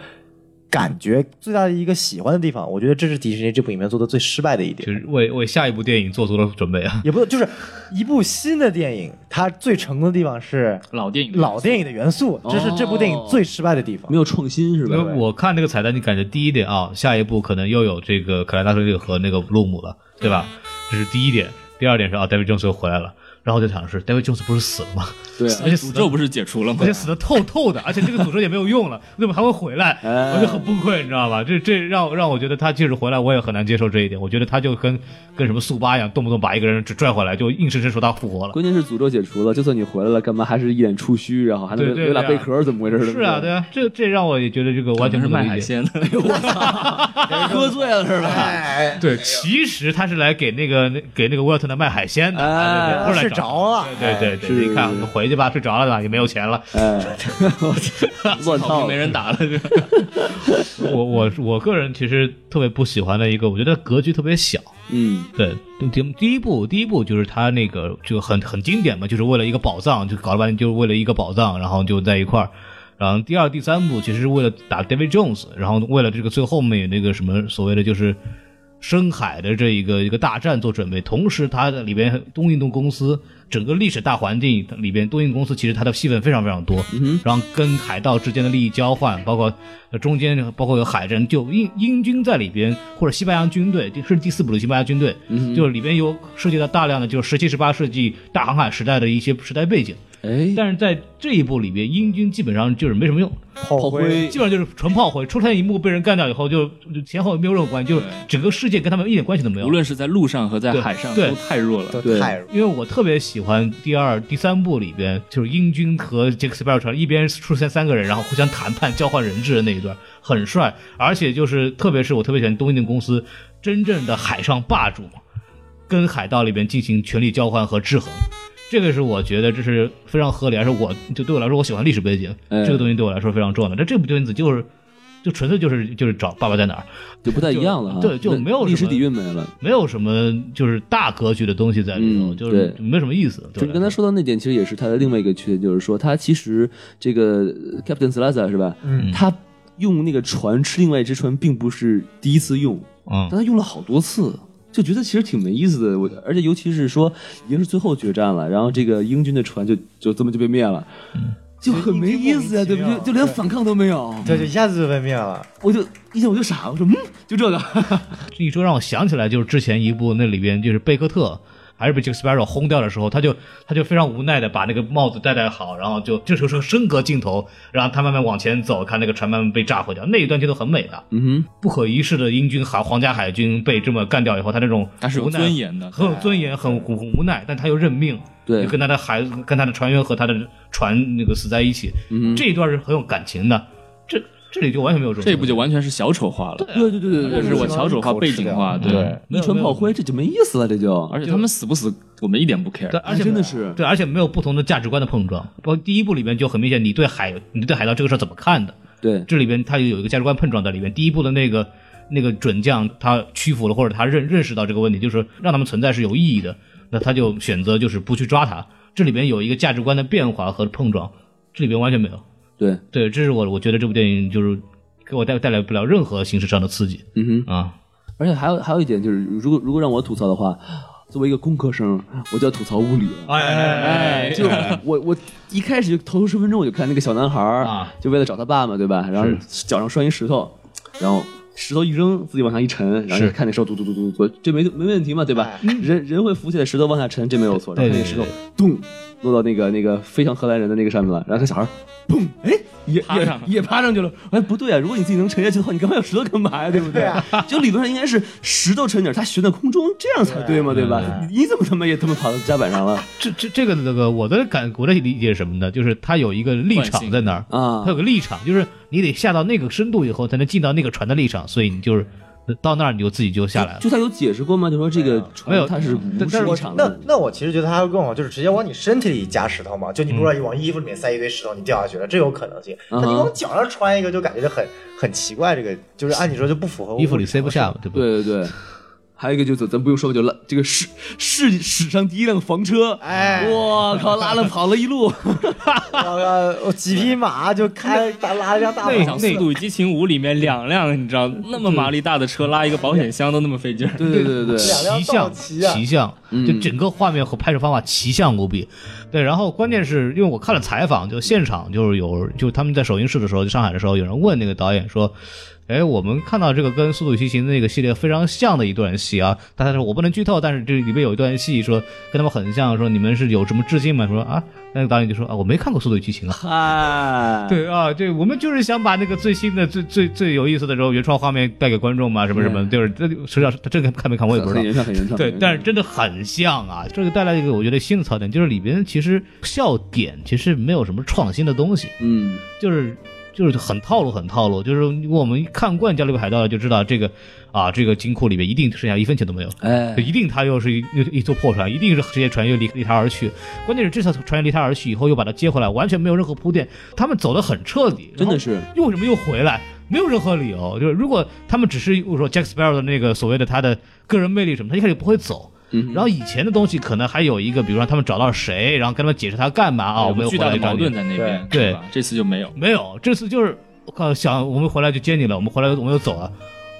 感觉，最大的一个喜欢的地方，我觉得这是迪士尼这部影片做的最失败的一点。就是为为下一部电影做足了准备啊。也不就是一部新的电影，它最成功的地方是老电影的老电影的元素，这是这部电影最失败的地方没。有创新是因吧？为我看这个彩蛋，就感觉第一点啊，下一步可能又有这个可莱大水和那个布鲁姆了，对吧？这是第一点。第二点是啊，David Jones 又回来了，然后我就想的是，David Jones 不是死了吗？对啊，而且死诅的咒不是解除了吗而？且死的透透的，而且这个诅咒也没有用了，为什么还会回来？哎我就很崩溃，你知道吧？这这让我让我觉得他即使回来，我也很难接受这一点。我觉得他就跟跟什么速八一样，动不动把一个人只拽回来，就硬生生说他复活了。关键是诅咒解除了，就算你回来了，干嘛还是一脸出须，然后还能对对留俩贝对啊壳，怎么回事？是啊，对啊，这这让我也觉得这个完完全全是不能卖理海解。鲜的，喝醉了 是吧？哎，对，其实他是来给那个那给那个沃特纳卖海鲜的，哎啊对对或者着了。对对对，是你看你回去吧，睡着了吧，也没有钱了，哎，乱套，没人打了，这个 我我我个人其实特别不喜欢的一个，我觉得格局特别小。嗯，对，第第一部第一部就是他那个就很很经典嘛，就是为了一个宝藏，就搞了半天就是为了一个宝藏，然后就在一块儿。然后第二、第三部其实是为了打 David Jones，然后为了这个最后面那个什么所谓的就是深海的这一个一个大战做准备，同时它的里边东印度公司整个历史大环境里边，东印度公司其实它的戏份非常非常多，然后跟海盗之间的利益交换，包括呃中间包括有海战，就英英军在里边或者西班牙军队，这是第四部的西班牙军队，就是里边有涉及到大量的就是十七、十八世纪大航海时代的一些时代背景，哎，但是在这一部里边，英军基本上就是没什么用，炮灰基本上就是纯炮灰。出现一幕被人干掉以后，就就前后也没有任何关系，就整个世界跟他们一点关系都没有。无论是在路上和在对海上对都太弱了。都对太因为我特别喜欢第二、第三部里边，就是英军和杰克·斯派尔船一边出现三个人，然后互相谈判、交换人质的那一段，很帅。而且就是，特别是我特别喜欢东印度公司真正的海上霸主，跟海盗里边进行权力交换和制衡。这个是我觉得这是非常合理，而且我就对我来说，我喜欢历史背景，哎这个东西对我来说非常重要的。但这部片子就是，就纯粹就是就是找《爸爸在哪儿》，就不太一样了啊，就对就没有什么历史底蕴没了。没有什么就是大格局的东西在里头，嗯就是对没什么意思。就对是刚才说到那点，其实也是它的另外一个缺点，就是说它其实这个呃 Captain Slaza 是吧？嗯他用那个船吃另外一只船，并不是第一次用，嗯但他用了好多次。就觉得其实挺没意思的，我而且尤其是说已经是最后决战了，然后这个英军的船就就这么就被灭了，嗯就很没意思呀、英军莫名其对不对？妙就连对反抗都没有，对，就一下子就被灭了。我就一下我就傻了，我说嗯，就这个，一说让我想起来，就是之前一部那里边就是贝克特还是被这个 Sparrow 轰掉的时候，他就他就非常无奈的把那个帽子戴戴好，然后就这时候是升格镜头，然后他慢慢往前走，看那个船慢慢被炸毁掉，那一段镜头很美的，嗯不可一世的英军海皇家海军被这么干掉以后，他那种他是有无奈尊严的很有尊严，很很很无奈，但他又认命，对就跟他的孩子、跟他的船员和他的船那个死在一起，嗯这一段是很有感情的，这这里就完全没有这种这部就完全是小丑化了，哼， 对对啊对对这对，是我小丑化、口吃背景化，掉对。一没有船没有炮灰，这就没意思了，这就而且他们死不死，我们一点不 care 对，。而且真的是对，而且没有不同的价值观的碰撞。包括第一部里面就很明显，你对海，你对海盗这个事儿怎么看的？对这里边它有一个价值观碰撞在里面。第一部的那个那个准将他屈服了，或者他认认识到这个问题，就是让他们存在是有意义的，那他就选择就是不去抓他。这里边有一个价值观的变化和碰撞，这里边完全没有。对，对，这是我我觉得这部电影就是给我带带来不了任何形式上的刺激嗯哼。啊。而且还有还有一点就是，如果如果让我吐槽的话，作为一个工科生，我就要吐槽物理了。哎，就我我一开始就头十分钟我就看那个小男孩儿啊就为了找他爸嘛，对吧？然后脚上拴一石头，然后石头一扔，自己往下一沉，然后是看那石头嘟嘟嘟嘟嘟，这没没问题嘛，对吧？人人会浮起来，石头往下沉，这没有错。然对后那个石头咚落到那个那个飞向荷兰人的那个上面了，然后那小孩儿砰，哎，也爬上也了也爬上去了。哎，不对啊，如果你自己能沉下去的话，你干嘛要石头干嘛呀？对不对？就理论上应该是石头沉点儿，它悬在空中，这样才对嘛，对吧？你怎么他妈也他妈跑到甲板上了这这这个这个我的感我的理解是什么呢？就是他有一个立惯场性在那儿，啊它？有个立场，就是你得下到那个深度以后，才能进到那个船的立场，所以你就是到那儿你就自己就下来了。就他有解释过吗？就说这个船没有它是无但但视是立我场那的，那我其实觉得他会更好，就是直接往你身体里加石头嘛，就你不知道你往衣服里面塞一堆石头，你掉下去了，这有可能性。那嗯哼你往脚上穿一个，就感觉就很很奇怪，这个就是按你说就不符合衣服里塞不下嘛，对不对？对对对。还有一个就是咱不用说吧，就拉这个世世史上第一辆房车，哎我靠，拉了跑了一路，我我几匹马就开拉拉一辆大那马场《速度与激情五》里面两辆，你知道那么马力大的车拉一个保险箱都那么费劲儿。对对对对对，两辆奇道像，奇啊奇像，就整个画面和拍摄方法奇像无比。对，然后关键是因为我看了采访，就现场就是有，就他们在首映式的时候，就上海的时候，有人问那个导演说：“哎，我们看到这个跟《速度与激情》的那个系列非常像的一段戏啊。”但他说我不能剧透，但是这里面有一段戏说跟他们很像，说你们是有什么致敬吗？说啊，那个导演就说啊，我没看过《速度与激情》啊。嗨，对啊，对，我们就是想把那个最新的、最最最有意思的时候原创画面带给观众嘛，什么什么，就是这实际上他这个看没看我也不知很道。原创，很原创。对很，原但创是真的很像啊！这个带来一个我觉得新的槽点，就是里边其实笑点其实没有什么创新的东西，嗯，就是就是很套路，很套路。就是如果我们看惯《加勒比海盗》了，就知道这个啊，这个金库里面一定剩下一分钱都没有。哎，嗯一定他又是一又一艘破船，一定是这些船员离离他而去。关键是这艘船员离他而去以后，又把他接回来，完全没有任何铺垫，他们走得很彻底，真的是然后又为什么又回来？没有任何理由，就是如果他们只是我说 Jack Sparrow 的那个所谓的他的个人魅力什么，他一开始不会走。嗯然后以前的东西可能还有一个，比如说他们找到谁，然后跟他们解释他干嘛啊，我们哎有巨大的矛盾的。在那边，对是吧这次就没有。没有，这次就是我靠，想我们回来就接你了，我们回来我们就走了。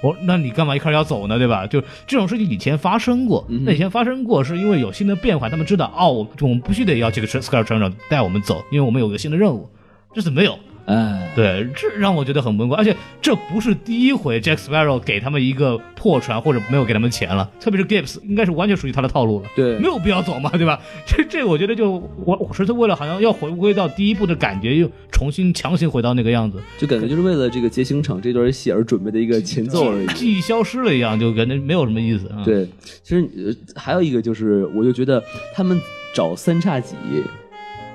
我说那你干嘛一开始要走呢？对吧？就这种事情以前发生过，那以前发生过是因为有新的变化，他们知道哦，我我们必须得要这个 Scar 船长带我们走，因为我们有个新的任务。这次没有，哎，对，这让我觉得很崩溃，而且这不是第一回 Jack Sparrow 给他们一个破船或者没有给他们钱了，特别是 Gibbs 应该是完全属于他的套路了。对没有必要走嘛，对吧？ 这这，我觉得就我我纯粹为了好像要回归到第一部的感觉，又重新强行回到那个样子，就感觉就是为了这个结清场这段戏而准备的一个前奏而已。记忆消失了一样，就感觉没有什么意思。嗯、，对，其实呃还有一个就是，我就觉得他们找三叉戟，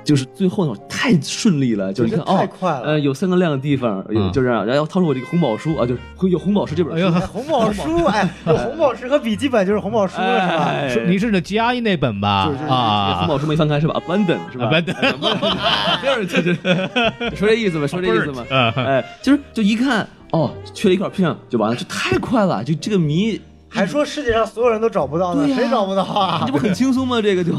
就是最后太顺利了，就是你看太哦。快了呃，。有三个亮的地方，有嗯就这样，然后掏出我这个红宝书啊，就是有红宝石这本哎呦书，哎红宝书，哎，有红宝石和笔记本就是红宝书了，是吧？哎，说你是指吉阿伊那本吧？就是就是啊，红宝书没翻开是吧？Abandon 是吧哎 Abandon ，Abandon 就是说这意思吧，说这意思吧，嗯哎，就是就一看哦，缺了一块拼上就完了，就太快了，就这个谜，还说世界上所有人都找不到呢，对呀谁找不到啊这？不很轻松吗？这个就，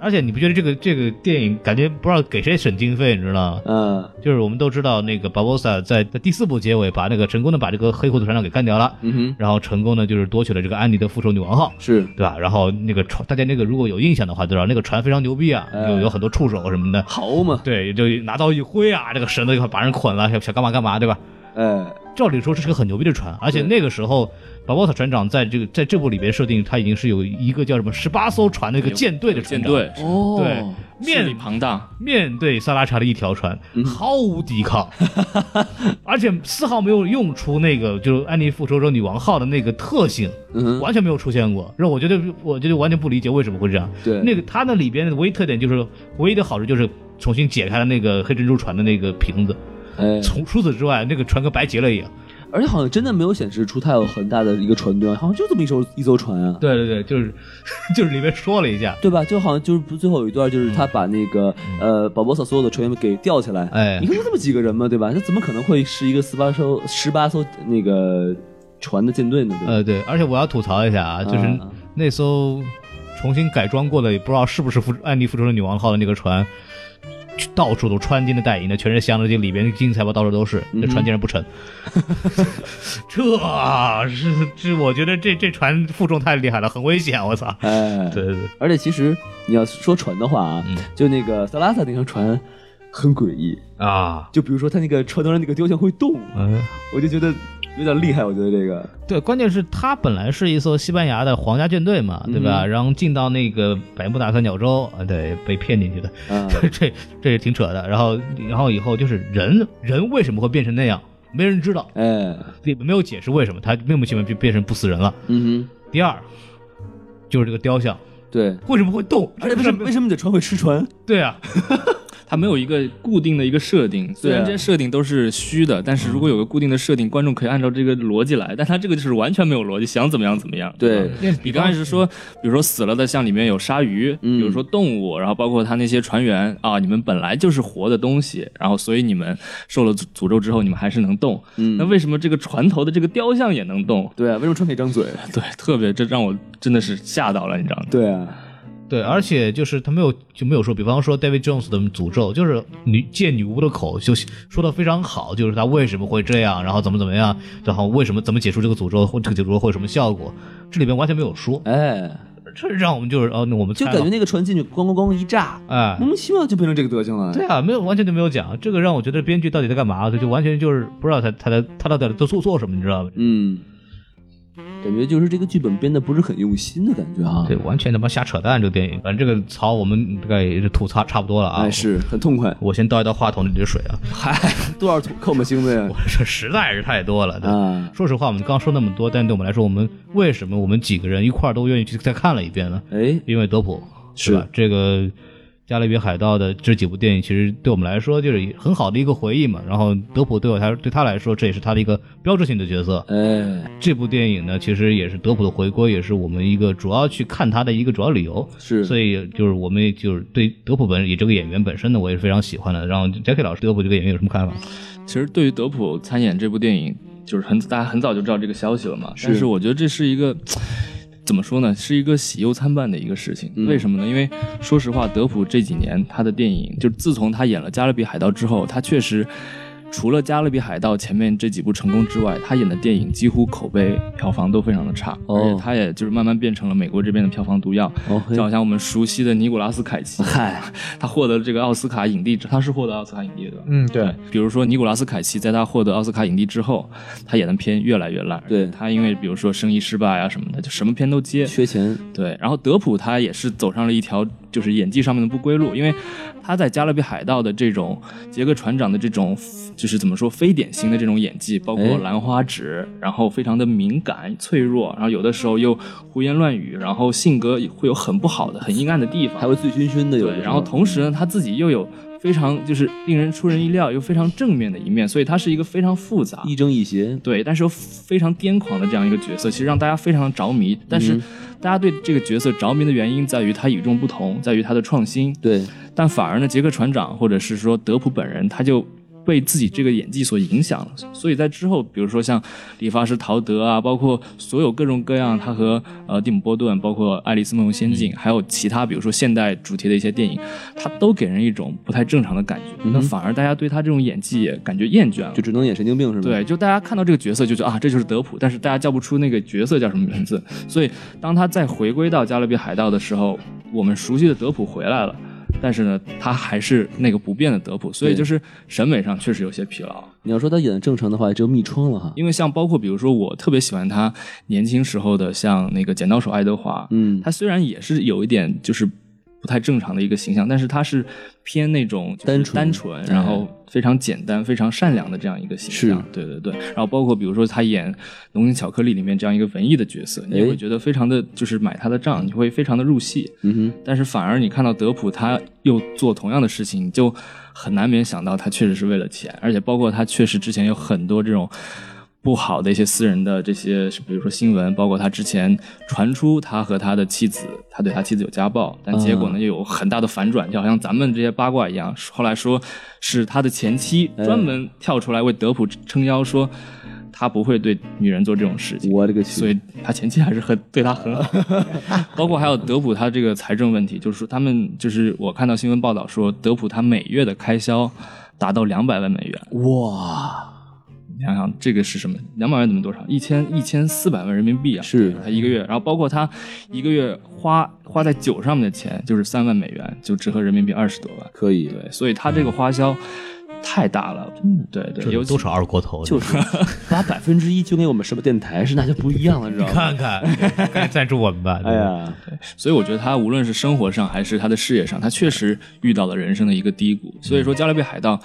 而且你不觉得这个这个电影感觉不知道给谁省经费，你知道吗？嗯就是我们都知道，那个 Barbosa 在在第四部结尾把那个成功的把这个黑胡子船长给干掉了，嗯哼，然后成功的就是夺取了这个安妮的复仇女王号，是对吧？然后那个船，大家那个如果有印象的话，对吧？那个船非常牛逼啊，哎有有很多触手什么的，豪嘛，对，就拿刀一挥啊，这个绳子就把人捆了，想想干嘛干嘛，对吧？哎，照理说这是个很牛逼的船，而且那个时候，巴博塔船长在这个在这部里边设定，他已经是有一个叫什么十八艘船的一个舰队的船舰长，队哦对势面力庞大，面对萨拉查的一条船，毫无抵 抗，而且丝毫没有用出那个就是安妮复仇者女王号的那个特性，嗯哼完全没有出现过。让我觉得，我觉得完全不理解为什么会这样。对那个它那里边的唯一特点就是，唯一的好处就是重新解开了那个黑珍珠船的那个瓶子。哎，除除此之外，那个船跟白结了一样。而且好像真的没有显示出它有很大的一个船端，好像就这么一艘一艘船啊。对对对，就是 就是里面说了一下，对吧？就好像就是不最后有一段，就是他把那个、呃，保罗萨所有的成员们给吊起来。哎你看就这么几个人嘛，对吧？那怎么可能会是一个十八艘十八艘那个船的舰队呢？对吧？呃对，而且我要吐槽一下啊，就是啊那艘重新改装过的，也不知道是不是复安妮复仇者女王号的那个船，到处都穿金的戴银的，全是镶着金，里边金银财宝到处都是，那船竟然不沉。 这是这，我觉得这这船负重太厉害了，很危险，我操！哎，对对对，而且其实你要说船的话啊，就那个萨拉萨那条船很诡异，啊，就比如说他那个船头上那个雕像会动，嗯。我就觉得有点厉害。我觉得这个，对，关键是它本来是一艘西班牙的皇家舰队嘛，对吧？然后进到那个百慕大三角洲，啊，对，被骗进去的，啊这这也挺扯的。然后，然后以后就是人人为什么会变成那样，没人知道，哎，也没有解释为什么他莫名其妙就变成不死人了。嗯第二，就是这个雕像哼，对。为什么会动？ 而且为什么为什么你的船会吃船？对啊，它没有一个固定的一个设定。啊虽然这些设定都是虚的，嗯但是如果有个固定的设定，观众可以按照这个逻辑来。但它这个就是完全没有逻辑，想怎么样怎么样。对吧你刚开始说，比如说死了的，像里面有鲨鱼，嗯比如说动物，然后包括他那些船员啊，你们本来就是活的东西，然后所以你们受了诅诅咒之后，你们还是能动。嗯那为什么这个船头的这个雕像也能动？对啊，为什么船可以张嘴？对，特别这让我真的是吓到了，你知道吗？对啊，对，而且就是他没有就没有说，比方说 David Jones 的诅咒，就是女借女巫的口就说的非常好，就是他为什么会这样，然后怎么怎么样，然后为什么怎么解除这个诅咒，或这个诅咒会有什么效果，这里边完全没有说，哎，这让我们就是哦，那我们就猜感觉了那个船进去咣咣咣一炸，哎莫，名其妙就变成这个德行了。对啊，没有完全就没有讲，这个让我觉得编剧到底在干嘛，他就完全就是不知道他他在他到底在做做什么，你知道吗？嗯，感觉就是这个剧本编的不是很用心的感觉啊哈。对，完全他妈瞎扯淡，这个电影，反正这个槽我们大概也是吐槽差不多了啊哎，。是很痛快。我先倒一倒话筒里的水啊， 嗨，多少扣我们星子呀？这实在是太多了。对啊，说实话，我们刚说那么多，但对我们来说，我们为什么我们几个人一块儿都愿意去再看了一遍呢？哎，因为德普，是吧？这个加勒比海盗》的这几部电影，其实对我们来说就是很好的一个回忆嘛。然后德普对我他对他来说，这也是他的一个标志性的角色。哎，这部电影呢，其实也是德普的回归，也是我们一个主要去看他的一个主要理由。是所以就是我们也就是对德普本也这个演员本身呢，我也是非常喜欢的。然后 Jackie 老师对德普这个演员有什么看法？其实对于德普参演这部电影，就是很大家很早就知道这个消息了嘛。但是我觉得这是一个怎么说呢，是一个喜忧参半的一个事情。嗯为什么呢？因为说实话，德普这几年他的电影，就自从他演了《加勒比海盗》之后，他确实。除了《加勒比海盗》前面这几部成功之外，他演的电影几乎口碑、票房都非常的差，哦而且他也就是慢慢变成了美国这边的票房毒药。哦嘿就好像我们熟悉的尼古拉斯凯奇，嗨， 他获得了这个奥斯卡影帝，他是获得奥斯卡影帝的，对吧嗯，对，比如说尼古拉斯凯奇，在他获得奥斯卡影帝之后，他演的片越来越烂。对他因为比如说生意失败啊什么的，就什么片都接。缺钱，对，然后德普他也是走上了一条就是演技上面的不归路，因为他在《加勒比海盗》的这种杰克船长的这种就是怎么说非典型的这种演技，包哎括兰花指，然后非常的敏感脆弱，然后有的时候又胡言乱语，然后性格会有很不好的、很阴暗的地方，还会醉醺醺的有的对，嗯时候。然后同时呢，他自己又有非常就是令人出人意料又非常正面的一面，所以他是一个非常复杂，亦正亦邪，对，但是又非常癫狂的这样一个角色，其实让大家非常着迷。但是嗯大家对这个角色着迷的原因在于他与众不同，在于他的创新。对，但反而呢，杰克船长或者是说德普本人，他就被自己这个演技所影响了。所以在之后，比如说像理发师陶德啊，包括所有各种各样他和呃蒂姆波顿，包括《爱丽丝梦游仙境》，还有其他比如说现代主题的一些电影，他都给人一种不太正常的感觉。嗯哼那反而大家对他这种演技也感觉厌倦了就。只能演神经病是吧？，对，就大家看到这个角色就觉得啊，这就是德普，但是大家叫不出那个角色叫什么名字。所以当他再回归到《加勒比海盗》的时候，我们熟悉的德普回来了，但是呢，他还是那个不变的德普，所以对就是审美上确实有些疲劳。你要说他演的正常的话，只有密窗了哈。因为像包括比如说我特别喜欢他年轻时候的像那个剪刀手爱德华，嗯，他虽然也是有一点就是。不太正常的一个形象，但是他是偏那种就是单纯哎单纯，然后非常简单、非常善良的这样一个形象是。对对对。然后包括比如说他演《浓情巧克力》里面这样一个文艺的角色，你哎会觉得非常的就是买他的账，你会非常的入戏。嗯但是反而你看到德普他又做同样的事情，你就很难免想到他确实是为了钱，而且包括他确实之前有很多这种。不好的一些私人的这些，比如说新闻，包括他之前传出他和他的妻子，他对他妻子有家暴，但结果呢又有很大的反转，就好像咱们这些八卦一样。后来说是他的前妻哎专门跳出来为德普撑腰，说他不会对女人做这种事哼，情。我勒个去！所以他前期还是很对他很好， 包括还有德普他这个财政问题，就是说他们就是我看到新闻报道说德普他每月的开销达到两百万美元，哇，你想想这个是什么？两百万等于多少？一千一千四百万人民币啊！是他一个月，然后包括他一个月花花在酒上面的钱就是三万美元，就折合人民币二十多万，可以，对，所以他这个花销太大了，对对，尤其都是二锅头，就是把百分之一捐给我们什么电台是，那就不一样了，知道吗？看看，赶紧赞助我们吧。 哎呀，所以我觉得他无论是生活上还是他的事业上，他确实遇到了人生的一个低谷。所以说《加勒比海盗》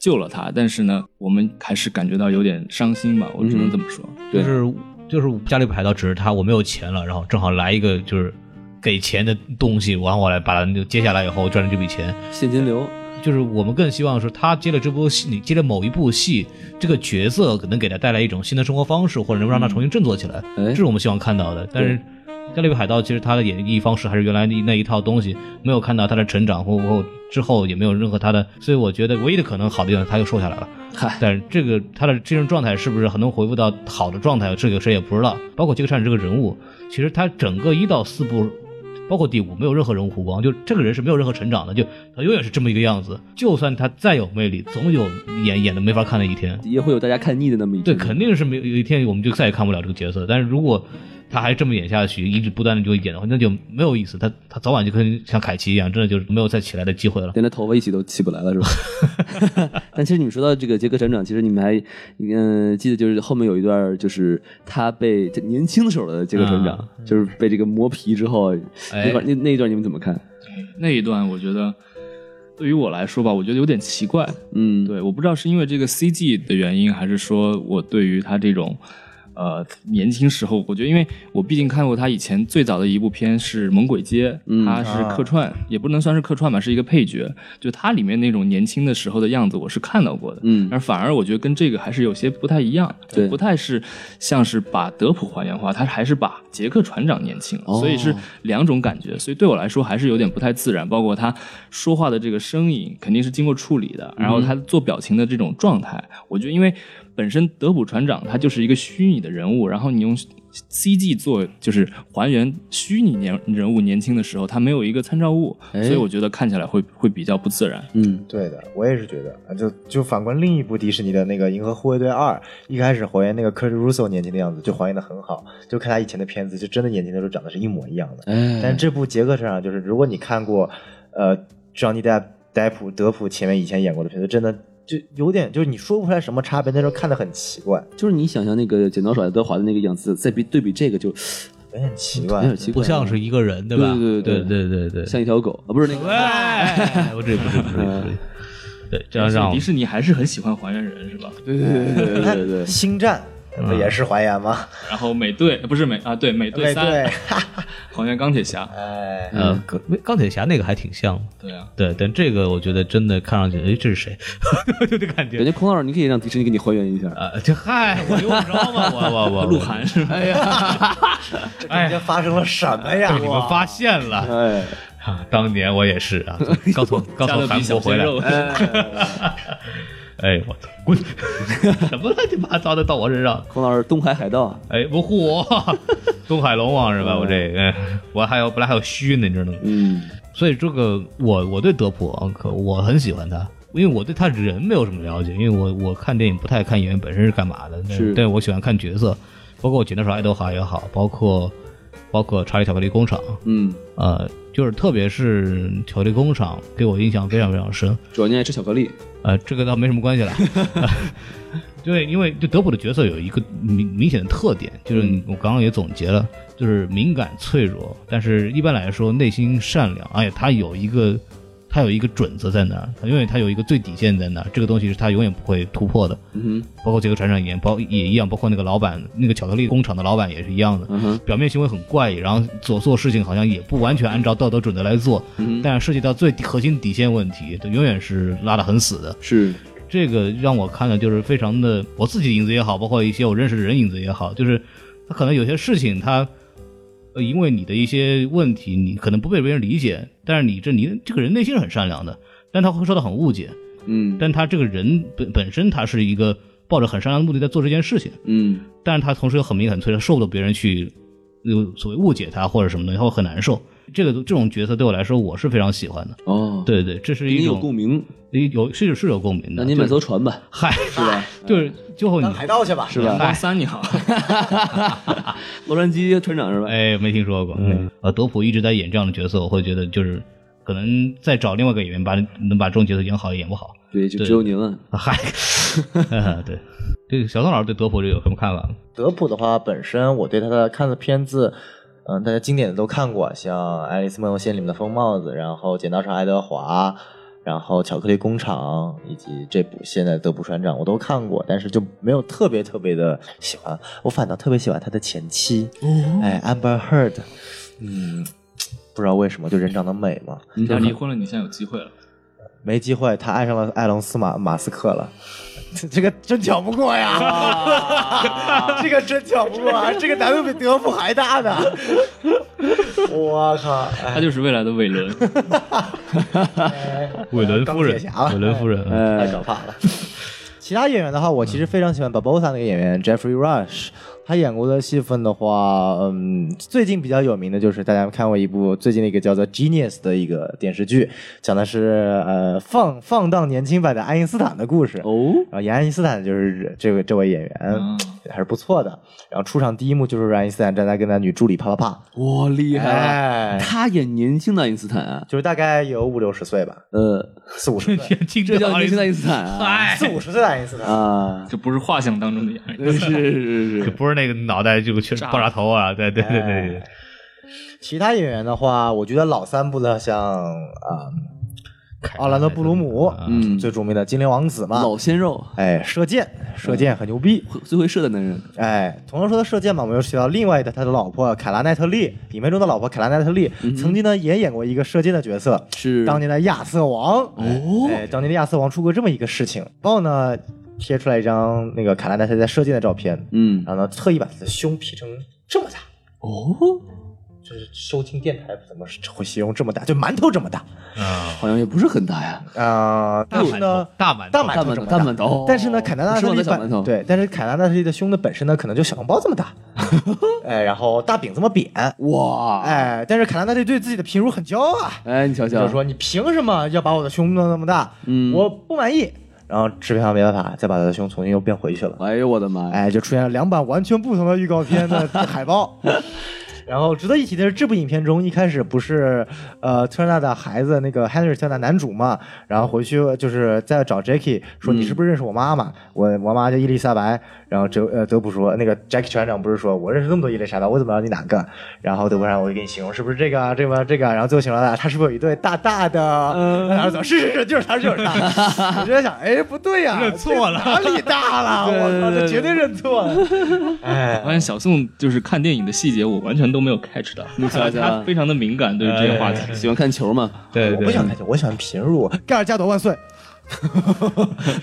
救了他，但是呢，我们还是感觉到有点伤心吧，我只能这么说。就对是就是加勒比海盗只是他我没有钱了，然后正好来一个就是给钱的东西，然后我来把它接下来以后赚了这笔钱。现金流，就是我们更希望说他接了这部戏，你接了某一部戏，这个角色能给他带来一种新的生活方式，或者能让他重新振作起来，哎这是我们希望看到的。但是《加勒比海盗》其实他的演绎方式还是原来的那一套东西，没有看到他的成长或或之后也没有任何他的，所以我觉得唯一的可能好的地方他又瘦下来了。嗨，但是这个他的精神状态是不是很能恢复到好的状态，这个谁也不知道。包括杰克船长这个人物，其实他整个一到四部，包括第五，没有任何人物弧光，就这个人是没有任何成长的，就他永远是这么一个样子。就算他再有魅力，总有演演的没法看的一天。也会有大家看腻的那么一对，天肯定是没有有一天我们就再也看不了这个角色。但是如果他还这么演下去，一直不断的就演的话，那就没有意思。他他早晚就跟像凯奇一样，真的就是没有再起来的机会了。连他头发一起都起不来了，是吧？ 但其实你们说到这个杰克船长，其实你们还嗯、记得就是后面有一段，就是他被他年轻的时候的杰克船长，就是被这个磨皮之后，哎那段那那一段你们怎么看？那一段我觉得。对于我来说吧，我觉得有点奇怪。嗯，对，我不知道是因为这个 CG 的原因，还是说我对于他这种，呃年轻时候，我觉得，因为我毕竟看过他以前最早的一部片是《猛鬼街》，嗯他是啊客串，也不能算是客串吧，是一个配角。就他里面那种年轻的时候的样子，我是看到过的。嗯而反而我觉得跟这个还是有些不太一样，对不太是像是把德普还原化，他还是把杰克船长年轻了，哦所以是两种感觉，所以对我来说还是有点不太自然。包括他说话的这个声音肯定是经过处理的，然嗯后他做表情的这种状态，我觉得因为本身德普船长他就是一个虚拟的人物，然后你用 CG 做就是还原虚拟年人物年轻的时候，他没有一个参照物，哎所以我觉得看起来会会比较不自然。嗯，对的，我也是觉得，啊就就反观另一部迪士尼的那个《银河护卫队二》，一开始还原那个 Kurt Russell 年轻的样子，就还原的很好，就看他以前的片子，就真的年轻的时候长得是一模一样的。哎，但这部《杰克船长》就是，如果你看过，呃，Johnny Depp、戴普、德普前面以前演过的片子，真的就有点就是你说不出来什么差别，但是看的很奇怪，就是你想象那个剪刀手爱德华的那个样子，再比对比这个就有点奇有怪。点奇怪，不像是一个人，对吧？对对对对对对对像一嗯条狗啊，不是那个，喂，我这不是不是不是，对，这样让所以我迪士尼还是很喜欢还原人是吧？对对对对对对，星战不也是还原吗？然后美队不是美啊，对美队对三对，还原钢铁侠，哎，呃，钢钢铁侠那个还挺像的。对啊，对，但这个我觉得真的看上去，哎，这是谁？就这感感觉觉孔老师你可以让迪士尼给你还原一下，啊，这嗨，我用得着吗？我我我 鹿，晗是吧？这中间发生了什么呀？被你们发现了哎，啊！当年我也是 啊，刚从刚加勒从比韩小国回鲜来，肉， 哎，我操， 滚！什么乱七八糟的到我身上？孔老师东海海盗，哎，我 嚯，东海龙王是吧？我这个，哎我还有本来还有虚呢，你知道吗？嗯，所以这个我我对德普啊可我很喜欢他，因为我对他人没有什么了解，因为我我看电影不太看演员本身是干嘛的，但是但我喜欢看角色，包括我剪刀手爱德华也好，包括包括查理巧克力工厂，嗯，呃，就是特别是巧克力工厂给我印象非常非常深，主要你爱吃巧克力，呃，这个倒没什么关系了。 对，因为就德普的角色有一个明明显的特点，就是你我刚刚也总结了，就是敏感脆弱，但是一般来说内心善良，而且他有一个他有一个准则在那儿，他永远他有一个最底线在那儿，这个东西是他永远不会突破的。嗯包括杰克船长也包也一样，包括那个老板，那个巧克力工厂的老板也是一样的，哼，嗯哼，表面行为很怪异，然后所做事情好像也不完全按照道德准则来做，嗯哼，但涉及到最核心底线问题，就永远是拉得很死的。是，这个让我看的就是非常的我自己的影子也好，包括一些我认识的人影子也好，就是他可能有些事情他，呃，因为你的一些问题，你可能不被别人理解，但是你这你这个人内心是很善良的，但他会受到很误解，嗯，但他这个人本本身他是一个抱着很善良的目的在做这件事情，嗯但是他同时又很敏感、很脆弱，受不了别人去有所谓误解他或者什么东西，他会很难受。这个这种角色对我来说，我是非常喜欢的。哦，，对对，这是你一有共种鸣，有是是有共鸣那的。你就买是艘船吧，嗨，是吧？就是最后你当海盗去吧，是吧？汪三你好， 洛杉矶船长是吧？哎，没听说过。嗯，呃，德普一直在演这样的角色，我会觉得就是可能再找另外一个演员把能把这种角色演好也演不好。对，就只有您了。啊嗨， 对，这个小宋老师对德普这有什么看法？ 德普的话，本身我对他的看的片子，嗯、大家经典的都看过，像《爱丽丝梦游仙境》里面的疯帽子，然后《剪刀手爱德华》，然后《巧克力工厂》，以及这部现在《德普船长》，我都看过，但是就没有特别特别的喜欢。我反倒特别喜欢他的前妻，哎，Amber Heard，嗯，不知道为什么，就人长得美嘛，他离婚了，你现在有机会了。没机会，他爱上了埃隆斯马马斯克了。 这个真挑不过呀， 这个真挑不过， 啊，这个难度比德普还大呢。 我靠，哎他就是未来的伟伦，韦伦夫人钢铁侠吧，韦伦夫人，太哎可，怕了。其他演员的话，我其实非常喜欢 Barbosa 那个演员 Jeffrey Rush，他演过的戏份的话，嗯，最近比较有名的就是大家看过一部最近的一个叫做《Genius》的一个电视剧，讲的是呃放放荡年轻版的爱因斯坦的故事。哦，然后演爱因斯坦就是这位这位演员、还是不错的。然后出场第一幕就是爱因斯坦站在跟他女助理啪啪啪，哇，厉害了！啊哎，他演年轻的爱因斯坦啊，就是大概有五六十岁吧，呃，四五十 岁， 听这叫奥年利轻的爱斯因斯坦啊，嗨四，五十岁的爱因斯坦。啊，这不是画像当中的演 员。是是可是，不是那个脑袋就全是爆炸头啊！对对对对对，其他演员的话，我觉得老三部的像啊、凯奥兰德·布鲁姆，嗯，嗯，最著名的精灵王子嘛。老鲜肉，哎，射箭，射箭很牛逼。会最会射的男人，哎，同样说到射箭嘛，我们又提到另外的他的老婆凯拉奈特利，影片中的老婆凯拉奈特利，曾经呢也演过一个射箭的角色，嗯是当年的亚瑟王。哦，哎，当年的亚瑟王出过这么一个事情，然后呢贴出来一张那个凯拉奈特利在射箭的照片，嗯，然后呢特意把他的胸 P 成这么大。哦，就是收听电台怎么会形容这么大？就馒头这么大好像也不是很大呀，啊、呃大但是馒呢头，，大馒头，大头这么大大馒头这么大，馒头哦但是呢，凯南纳特利是吗那小馒头本对，但是凯南纳特利的胸的本身呢，可能就小笼包这 么大，哎，然后大饼这么扁，啊哇，哎，但是凯南纳特利对自己的平乳很骄傲啊，哎，你瞧就瞧，是说你凭什么要把我的胸弄那么大？嗯我不满意。然后制片方没办法，再把他的胸重新又变回去了。哎呦我的妈呀，哎，就出现了两版完全不同的预告片的 海报。然后值得一提的是，这部影片中一开始不是呃特纳的孩子那个 Henry 特纳男主嘛，然后回去就是在找 Jackie 说你是不是认识我妈嗯妈？我我妈叫伊丽莎白。然后德呃德普说那个 Jackie 船长不是说我认识那么多伊丽莎白，我怎么知道你哪个？然后德普船长我就给你形容是不是这个啊这个啊这个啊，然后最后形容了他是不是有一对大大的？嗯然后怎么是是是就是他就是 他。我就在想哎不对呀、认错了这哪里大了？我操，这绝对认 错了。哎我发现小宋就是看电影的细节，我完全都没有 catch 到，你瞧他瞧，非常的敏感对哎于这些话题。喜欢看球 嘛，对我对不想看球，我喜欢贫乳。盖尔加朵万岁！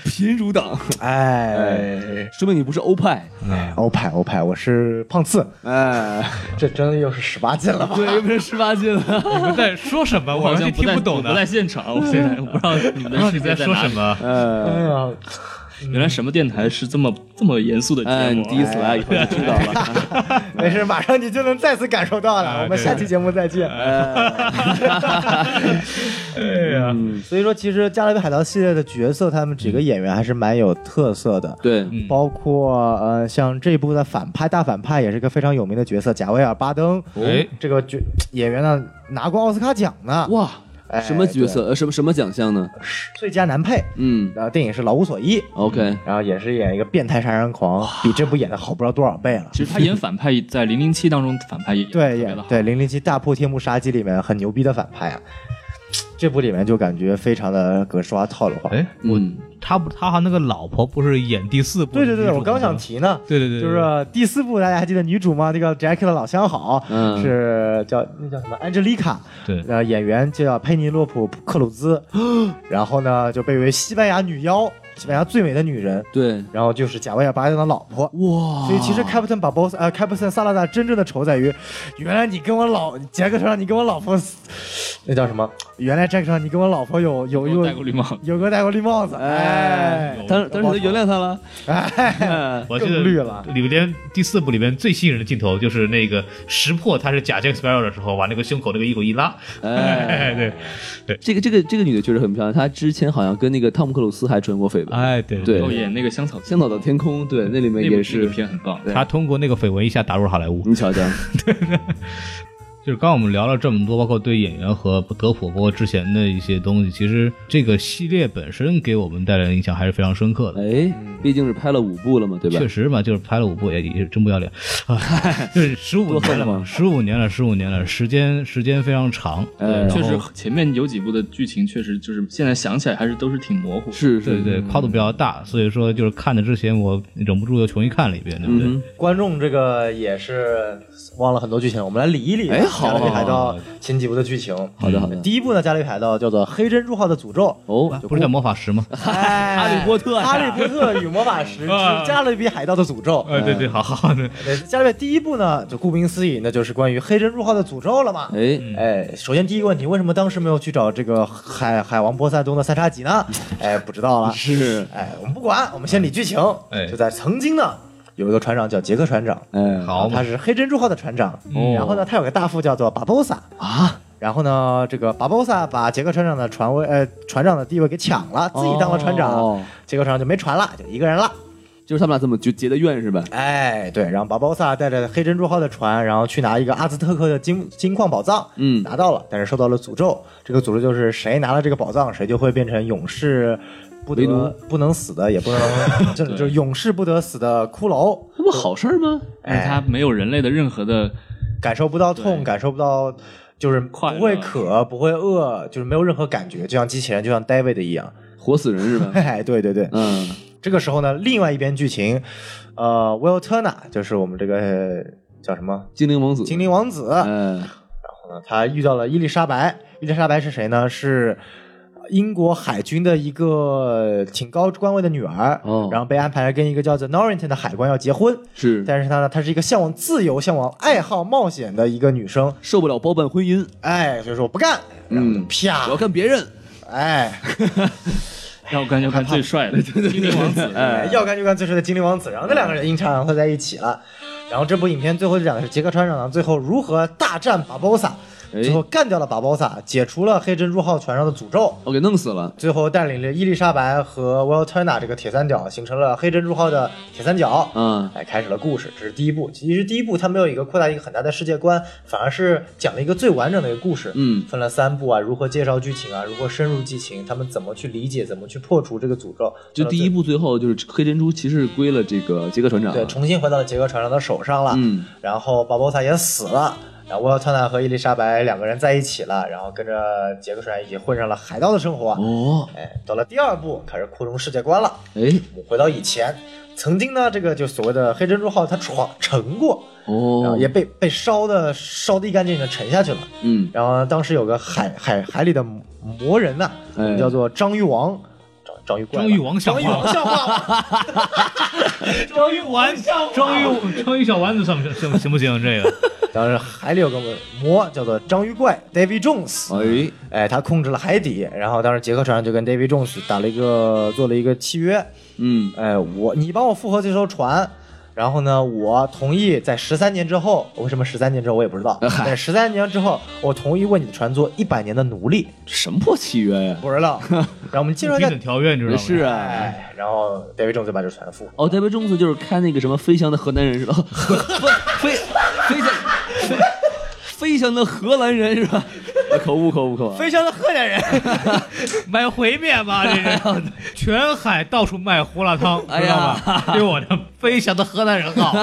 贫乳党，哎，说明你不是欧派，欧派欧派，我是胖次，哎，这真的又是十八禁了吧？对，又变成十八禁了，你们在说什么？我我好完像全不听在不懂我不的在。现场，我现在我不知道你们不知道啊你的世界在呃说哪什里。么？哎哎。呀，原来什么电台是这么这么严肃的节目啊？ 哎，你第一次来以后就知道了。哎没事，马上你就能再次感受到了。哎我们下期节目再见。对呀，嗯所以说，其实《加勒比海盗》系列的角色，他们几个演员还是蛮有特色的。 对，嗯包括呃，像这一部的反派大反派也是个非常有名的角色，贾维尔·巴登，哎这个角演员呢拿过奥斯卡奖呢，哇，哎什么角色？呃，什么什么奖项呢？最佳男配，嗯然后电影是《老无所依》， ，OK，然后也是演一个变态杀人狂，比这部演的好不知道多少倍了。其实他演反派，在零零七当中反派也演得对，特别演的好。对《零零七大破天幕杀机》里面很牛逼的反派啊，这部里面就感觉非常的格式化、套路化。哎，嗯，他不，他和那个老婆不是演第四部？对对对，我刚想。提呢。对对对，就是第四部，大家还记得女主吗？那个 Jackie 的老相好，嗯是叫那叫什么 Angelica，对呃，演员就叫佩妮洛普·克鲁 兹，然后呢就被为西班牙女妖，西班牙最美的女人，对，然后就是贾维尔·巴登的老婆。哇，所以其实 Captain 把 Boss 呃 Captain 萨拉达真正的仇在于，原来你跟我老杰克船长，你跟我老婆，那叫什么？原来杰克船长，你跟我老婆有有我有戴过绿帽，有哥戴过绿帽子，哎哎，当当时他原谅他了，哎，我记得更绿了里边第四部里边最吸引人的镜头就是那个识破他是假 Jack Sparrow 的时候，把那个胸口那个一口一拉， 哎，哎，对，这个这个这个女的确实很漂亮，她之前好像跟那个汤姆克鲁斯还传过绯闻，哎，对对后演那个香草香草的天空，对，那里面那部也那是个，片很棒。他通过那个绯闻一下打入好莱坞。你瞧瞧，就是刚刚我们聊了这么多，包括对演员和德普，包括之前的一些东西，其实这个系列本身给我们带来的影响还是非常深刻的。 哎，毕竟是拍了五部了嘛，对吧嗯确？实嘛，就是拍了五部也也真不要脸， 啊，就是十五多年恨了嘛，嘛十五年了，十五年了，时间时间非常长，哎，确实，前面有几部的剧情确实就是现在想起来还是都是挺模糊。是对是，对，跨度比较大，所以说就是看的之前我忍不住又重新看了一遍，对不对？嗯观众这个也是忘了很多剧情，我们来理一理哎《好加勒比海盗》前几部的剧情。好的好的，第一部呢，《加勒比海盗》叫做《黑珍珠号的诅咒哦，不是叫魔法石吗？》，哎 哈利波特呀哈利波特与魔法 石之啊加勒比海盗的诅咒。呃，对对，好好的，对加勒比第一部呢，就顾名思义，那就是关于黑珍珠号的诅咒了嘛。哎，哎，首先第一个问题，为什么当时没有去找这个海海王波塞冬的三叉戟 呢？哎，不知道了。是，哎，我们不管，我们先理剧情。哎就在曾经呢，有一个船长叫杰克船长，哎，好嘛他，是黑珍珠号的船长。哦然后呢，他有个大副叫做巴博萨啊，然后呢，这个巴博萨把杰克船长的船位，呃，船长的地位给抢了，自己当了船长，哦杰克船长就没船了，就一个人了。就是他们俩这么结结的怨是吧？哎，对，然后巴博萨带着黑珍珠号的船，然后去拿一个阿兹特克的金金矿宝藏，嗯拿到了，但是受到了诅咒。这个诅咒就是谁拿了这个宝藏，谁就会变成勇士。不为奴得不能死的，也 不能，就是就是勇士不得死的骷髅，那不好事儿吗？但是他没有人类的任何的感受不到痛，对感受不到就是快乐不会渴，不会饿，就是没有任何感觉，就像机器人，就像 David 一样。活死人是 吧？哎，对对对，嗯，这个时候呢，另外一边剧情，呃，Will Turner 就是我们这个呃叫什么精灵王子，精灵王子，然嗯，后呢，他遇到了伊丽莎白。伊丽莎白是谁呢？是英国海军的一个挺高官位的女儿，哦然后被安排跟一个叫做 Norrington 的海官要结婚。是但是她呢，她是一个向往自由、向往爱好冒险的一个女生，受不了包办婚姻，哎，所以说我不干，然后就嗯啪我要，干别人，哎，让我感觉看最帅的精灵王子，哎要干就干最帅的精灵王子，然后那两个人阴差阳错在一起了。然后这部影片最后就讲的是杰克船长最后如何大战巴博萨，哎最后干掉了巴博萨，解除了黑珍珠号船上的诅咒，哦我给弄死了。最后带领着伊丽莎白和 Will Turner 这个铁三角形成了黑珍珠号的铁三角。嗯，哎，开始了故事，这是第一部。其实第一部它没有一个扩大一个很大的世界观，反而是讲了一个最完整的一个故事。嗯分了三部啊，如何介绍剧情啊，如何深入剧情，他们怎么去理解，怎么去破除这个诅咒。就第一部最后就是黑珍珠骑士归了这个杰克船长，对，重新回到了杰克船长的手上了。啊嗯，然后巴博萨也死了，然后沃尔特纳和伊丽莎白两个人在一起了，然后跟着杰克船长一起混上了海盗的生活。哦，哎，到了第二部开始扩容世界观了。哎，我们回到以前，曾经呢，这个就所谓的黑珍珠号，它闯沉过，然后哦，也被被烧的烧的一干净的沉下去了。嗯，然后呢当时有个海海海里的魔人呐、我们哎叫做章鱼王，章章鱼怪吧，章鱼王像章话鱼王像话吗？ 章鱼丸， 章鱼章鱼小丸子算不行行不行？这个当时海里有个魔叫做章鱼怪 David Jones，哎，哎，他控制了海底，然后当时杰克船长就跟 David Jones 打了一个做了一个契约，嗯，哎，我你帮我复合这艘船，然后呢，我同意在十三年之后，为什么十三年之后我也不知 道，但十三年之后，我同意为你的船做一百年的奴隶，什么破契约呀？ 不知道。然后我们接着 批再准条约嗯你知道吗？是啊。哎，然后 David Jones 就把这船复活。哦，戴维·中子就是开那个什么飞翔的河南人是吧？ 飞飞翔飞飞翔的荷兰人是吧？ 啊口误口误口误啊！飞翔的荷兰人，买烩面 吧，这是全海到处卖胡辣汤，哎知道呀吧？对我这飞翔的河南人 好，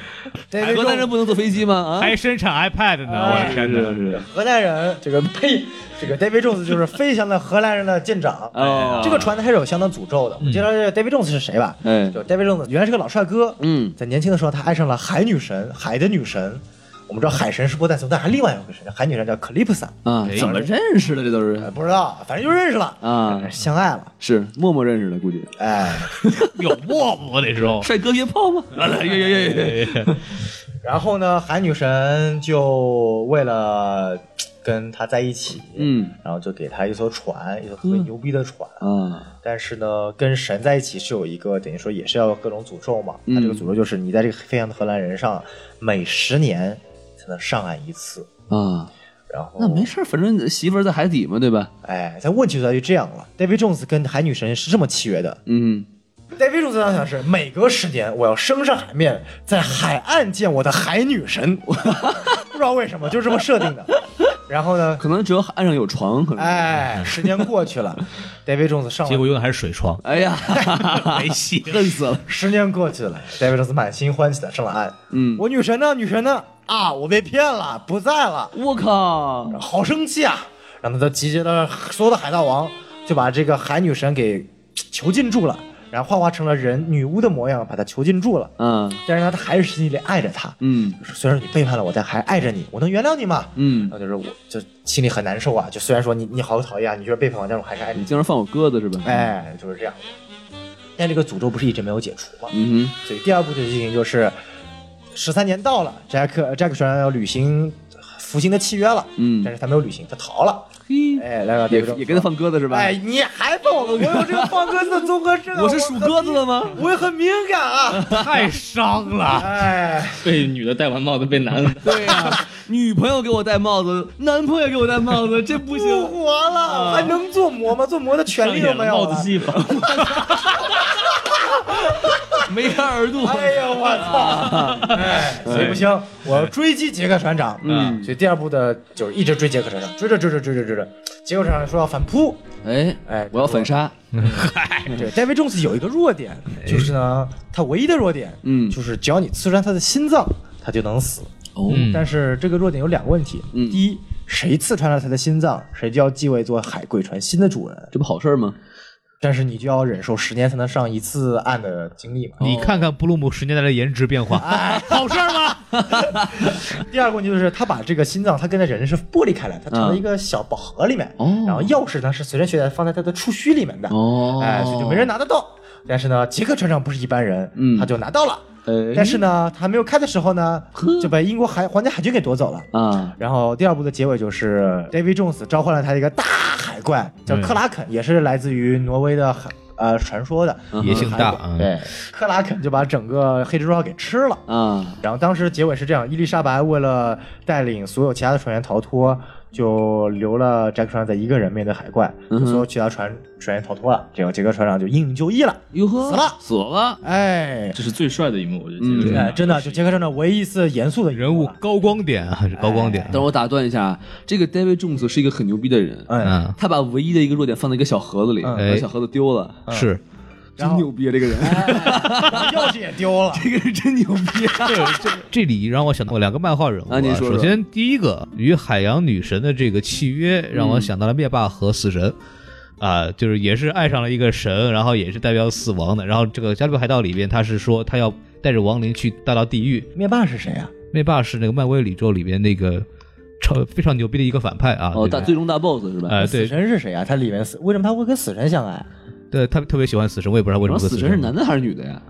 David 荷兰人 Jones 不能坐飞机吗？啊，还生产 iPad 呢，我的是天哎是哪！是，荷兰人，这个呸，这个 David Jones 就是飞翔的荷兰人的舰 长。哦，这个船它是有相当诅咒的。我们介绍这个 David Jones 是谁吧？哎就 David Jones 原来是个老帅哥，嗯在年轻的时候他爱上了海女神，海的女神。我们知道海神是波塞冬，但还另外有个神，海女神叫克利普萨，啊，怎么认识的？这都呃是不知道，反正就认识了，嗯啊，相爱了。是默默认识的，估计哎，有沫沫那时候，哦帅哥约炮吗？哎来来约约约约约，然后呢，海女神就为了跟他在一起，嗯然后就给他一艘船，一艘特别牛逼的船。啊，但是呢，跟神在一起是有一个等于说也是要各种诅咒嘛。嗯他这个诅咒就是你在这个飞翔的荷兰人上每十年才能上岸一次，啊，然后那没事儿，反正媳妇儿在海底嘛，对吧？哎，但问题就在于这样了。David Jones 跟海女神是这么契约的。嗯， David Jones 当想是每隔十年我要升上海面，在海岸见我的海女神， 不知道为什么就这么设定的。然后呢，可能只有岸上有床，可能。，哎，十年过去了，David Jones 上结了果用的还是水床哎 呀，没戏。恨死了！十年过去了，David Jones 满心欢喜的上了岸。嗯，我女神呢？女神呢？啊，我被骗了，不在了，我靠！好生气啊！然后他集结了所有的海盗王，就把这个海女神给囚禁住了，然后幻化成了人女巫的模样，把她囚禁住了。啊，但是呢，他还是心里爱着她。嗯虽然你背叛了我，但还爱着你，我能原谅你吗？嗯然，后就是我就心里很难受啊，就虽然说你你好讨厌啊，你就是背叛我，但是我还是爱你你。经常放我鸽子是吧？，哎，就是这样。但这个诅咒不是一直没有解除吗？嗯所以第二部的剧情就是，十三年到了，杰克杰克船长要履行服刑的契约了，嗯但是他没有履行，他逃了。哼，嘿，哎，来吧，也这个也跟他放鸽子是吧？哎，你还放我鸽子？我有这个放鸽子的综合症啊，我是属鸽子的吗？我也很敏 感啊。 太伤了，哎，被女的戴完帽子被男的对呀、女朋友给我戴帽子，男朋友给我戴帽子，这不不行。活啊了，我还能做魔吗？做魔的权哎哎利都没有啊帽了子。戏法，梅开二度，哎呀，我 操！哎，所以不行，我要追击杰克船长。啊嗯所以第二部的就是一直追杰克船长，追着追着追着追着，杰克船长说要反扑，哎哎我要反杀，嗯对，David Jones 有一个弱点，就是呢，他唯一的弱点，哎嗯就是只要你刺穿他的心脏，他就能死。哦嗯但是这个弱点有两个问题，嗯第一，谁刺穿了他的心脏，谁就要继位做海鬼船新的主人。这不好事儿吗？但是你就要忍受十年才能上一次岸的经历 哦嘛。你看看布鲁姆十年来的颜值变化，哎好事儿吗？第二个问题就是，他把这个心脏，他跟这人是剥离开来，他成了一个小宝盒里面。啊哦然后钥匙呢是随身携带放在他的触须里面的。哦哎，所以就没人拿得到。但是呢，杰克船长不是一般人，嗯他就拿到了。哎但是呢，他还没有开的时候呢，就被英国海皇家海军给夺走了。啊，然后第二部的结尾就是 David Jones 召唤了他一个大海怪，叫嗯克拉肯，也是来自于挪威的海呃传说的嗯哼野性大海啊怪。！对，克拉肯就把整个黑蜘蛛号给吃了。啊，然后当时结尾是这样：伊丽莎白为了带领所有其他的船员逃脱，就留了杰克船长在一个人面对海怪，嗯哼所有其他船船员逃脱了，结果杰克船长就英勇就义了。哟呵，死了死了，哎，这是最帅的一幕，我觉得嗯杰克船哎，长。真的就杰克船长唯一一次严肃的一幕啊人物了高光点啊，是高光点。等我打断一下，这个 David Jones 是一个很牛逼的人，嗯，嗯，他把唯一的一个弱点放在一个小盒子里，嗯把小盒子丢了，是，然哎真后牛逼啊！这个人，钥匙也丢了。 这个人真牛逼啊！这这里让我想到两个漫画人物、啊您说说首先第一个与海洋女神的这个契约，让嗯我想到了灭霸和死神。啊，就是也是爱上了一个神，然后也是代表死亡的。然后这个《加勒比海盗》里边，他是说他要带着亡灵去带到地狱。 灭霸是谁啊？灭霸是那个漫威宇宙里边那个超非常牛逼的一个反派 啊。哦，对大最终大 boss 是吧？呃，死对神是谁啊？他里面死，为什么他会跟死神相爱？啊对，他特别喜欢死神，我也不知道为什然么后会哦死神是男的还是女的呀？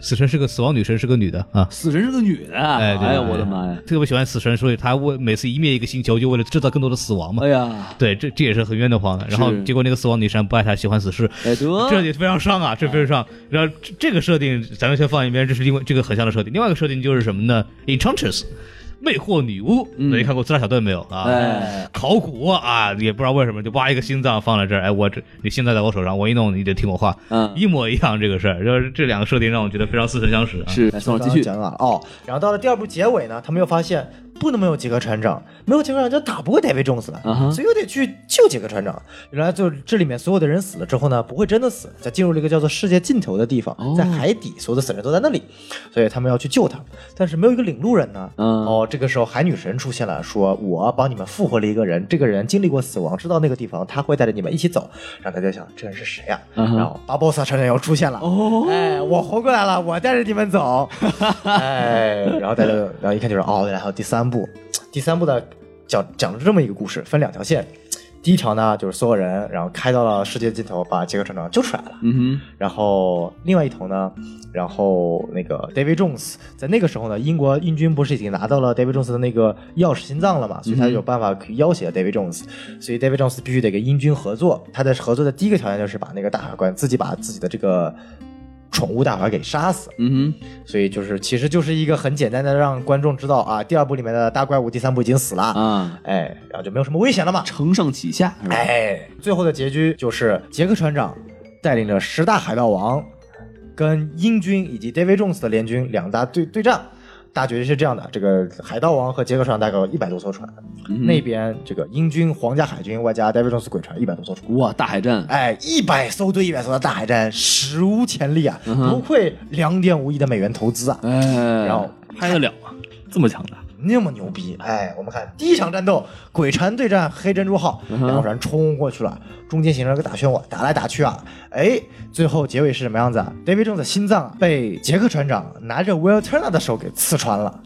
死神是个死亡女神，是个女的啊。死神是个女的，哎哎，对呀，对我的对妈呀！特别喜欢死神，所以他为每次一灭一个星球，就为了制造更多的死亡嘛哎。呀，对，这这也是很冤得慌的。然后是结果那个死亡女神不爱他，喜欢死侍，哎得，这也非常伤啊，这非常伤。然后这这个设定咱们先放一边，这是另外这个很像的设定。另外一个设定就是什么呢？Enchantress，魅惑女巫。嗯没看过《自杀小队》没有啊？哎，考古啊，也不知道为什么就挖一个心脏放在这儿。哎，我这你心脏在我手上，我一弄你得听我话，嗯，一模一样这个事儿。就是这两个设定让我觉得非常似曾相识啊。是，哎，宋老师继续，刚刚讲了哦，然后到了第二部结尾呢，他们又发现不能没有杰克船长，没有杰克船长就打不过戴维·琼斯了啊哈所以又得去救杰克船长。原来就这里面所有的人死了之后呢，不会真的死，在进入了一个叫做世界尽头的地方，在海底，所有的死人都在那里，所以他们要去救他，但是没有一个领路人呢。嗯哦，这个时候海女神出现了，说我帮你们复活了一个人，这个人经历过死亡，知道那个地方，他会带着你们一起走。然后大家想，这人是谁呀、嗯哼然后巴博萨船长要出现了。哦哎，我活过来了，我带着你 们走。哎，然后大家就，然后一看就是哦，原来还有第三部，第三部呢讲讲了这么一个故事，分两条线。第一条呢，就是所有人，然后开到了世界尽头，把杰克船长救出来了。嗯然后另外一头呢，然后那个 David Jones 在那个时候呢，英国英军不是已经拿到了 David Jones 的那个钥匙心脏了嘛，所以他有办法可以要挟 David Jones，、所以 David Jones 必须得跟英军合作。他的合作的第一个条件就是把那个大法官自己把自己的这个宠物大法给杀死。哼，嗯所以就是其实就是一个很简单的让观众知道啊，第二部里面的大怪物第三部已经死了，哼，啊，哎，然后就没有什么危险了嘛。承上启下是吧？哎，最后的结局就是杰克船长带领着十大海盗王，跟英军以及 David Jones 的联军两大对对战。大决是这样的，这个海盗王和杰克船长大概有一百多艘船，嗯那边这个英军、皇家海军外加 David Jones 鬼船一百多艘船。哇，大海战，哎，一百艘对一百艘的大海战，史无前例啊！嗯哼不愧两点五亿的美元投资啊！哎，然后拍得了吗？这么强大，那么牛逼！嗯哎，我们看第一场战斗，鬼船对战黑珍珠号，嗯哎两条船冲过去了，中间形成了个大漩涡，打来打去啊，哎，最后结尾是什么样子啊？David Jones 的心脏啊被杰克船长拿着 Will Turner 的手给刺穿了，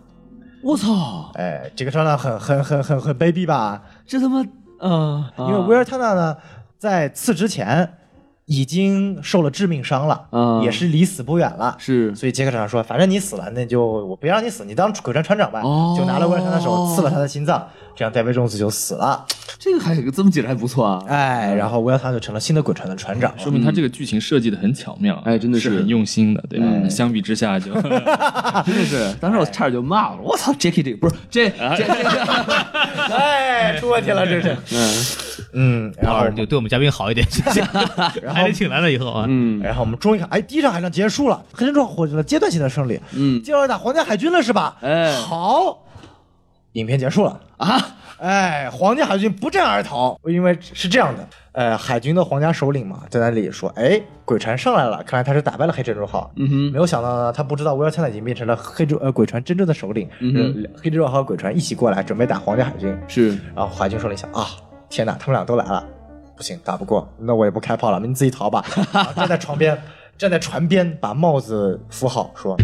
我操，哎，杰克船长很很很很很卑鄙吧？这他妈啊，因为 Will Turner 呢，在刺之前已经受了致命伤了，啊也是离死不远了。是所以杰克船长说：“反正你死了，那就我别让你死，你当鬼船船长吧。哦就拿了威尔山的手刺了他的心脏，这样戴维·琼斯就死了。这个还这么解释还不错啊，哎，然后威尔山就成了新的鬼船的船长。说明他这个剧情设计的很巧妙，哎真的是是很用心的，对吧？相比之下就真的是，哎当时我差点就骂了，我操，Jackie 这个不是这这这，哎，出问题了，这是。嗯，然然后哦后就对我们嘉宾好一点， 谢谢。还得请来了以后啊，嗯然后我们终于看，哎，第一场海战结束了，黑神创获得了阶段性的胜利。嗯接下来打皇家海军了是吧？哎好，影片结束了哎啊！哎，皇家海军不战而逃，因为是这样的，呃，海军的皇家首领嘛，在那里说，哎，鬼船上来了，看来他是打败了黑珍珠号。嗯哼，没有想到呢，他不知道威尔特已经变成了黑珠呃鬼船真正的首领，嗯、黑珍珠号和鬼船一起过来准备打皇家海军。是然后海军首领想啊，天哪，他们俩都来了，不行，打不过，那我也不开炮了，你们自己逃 吧。然啊后站在床边，站在船边，把帽子扶好，说，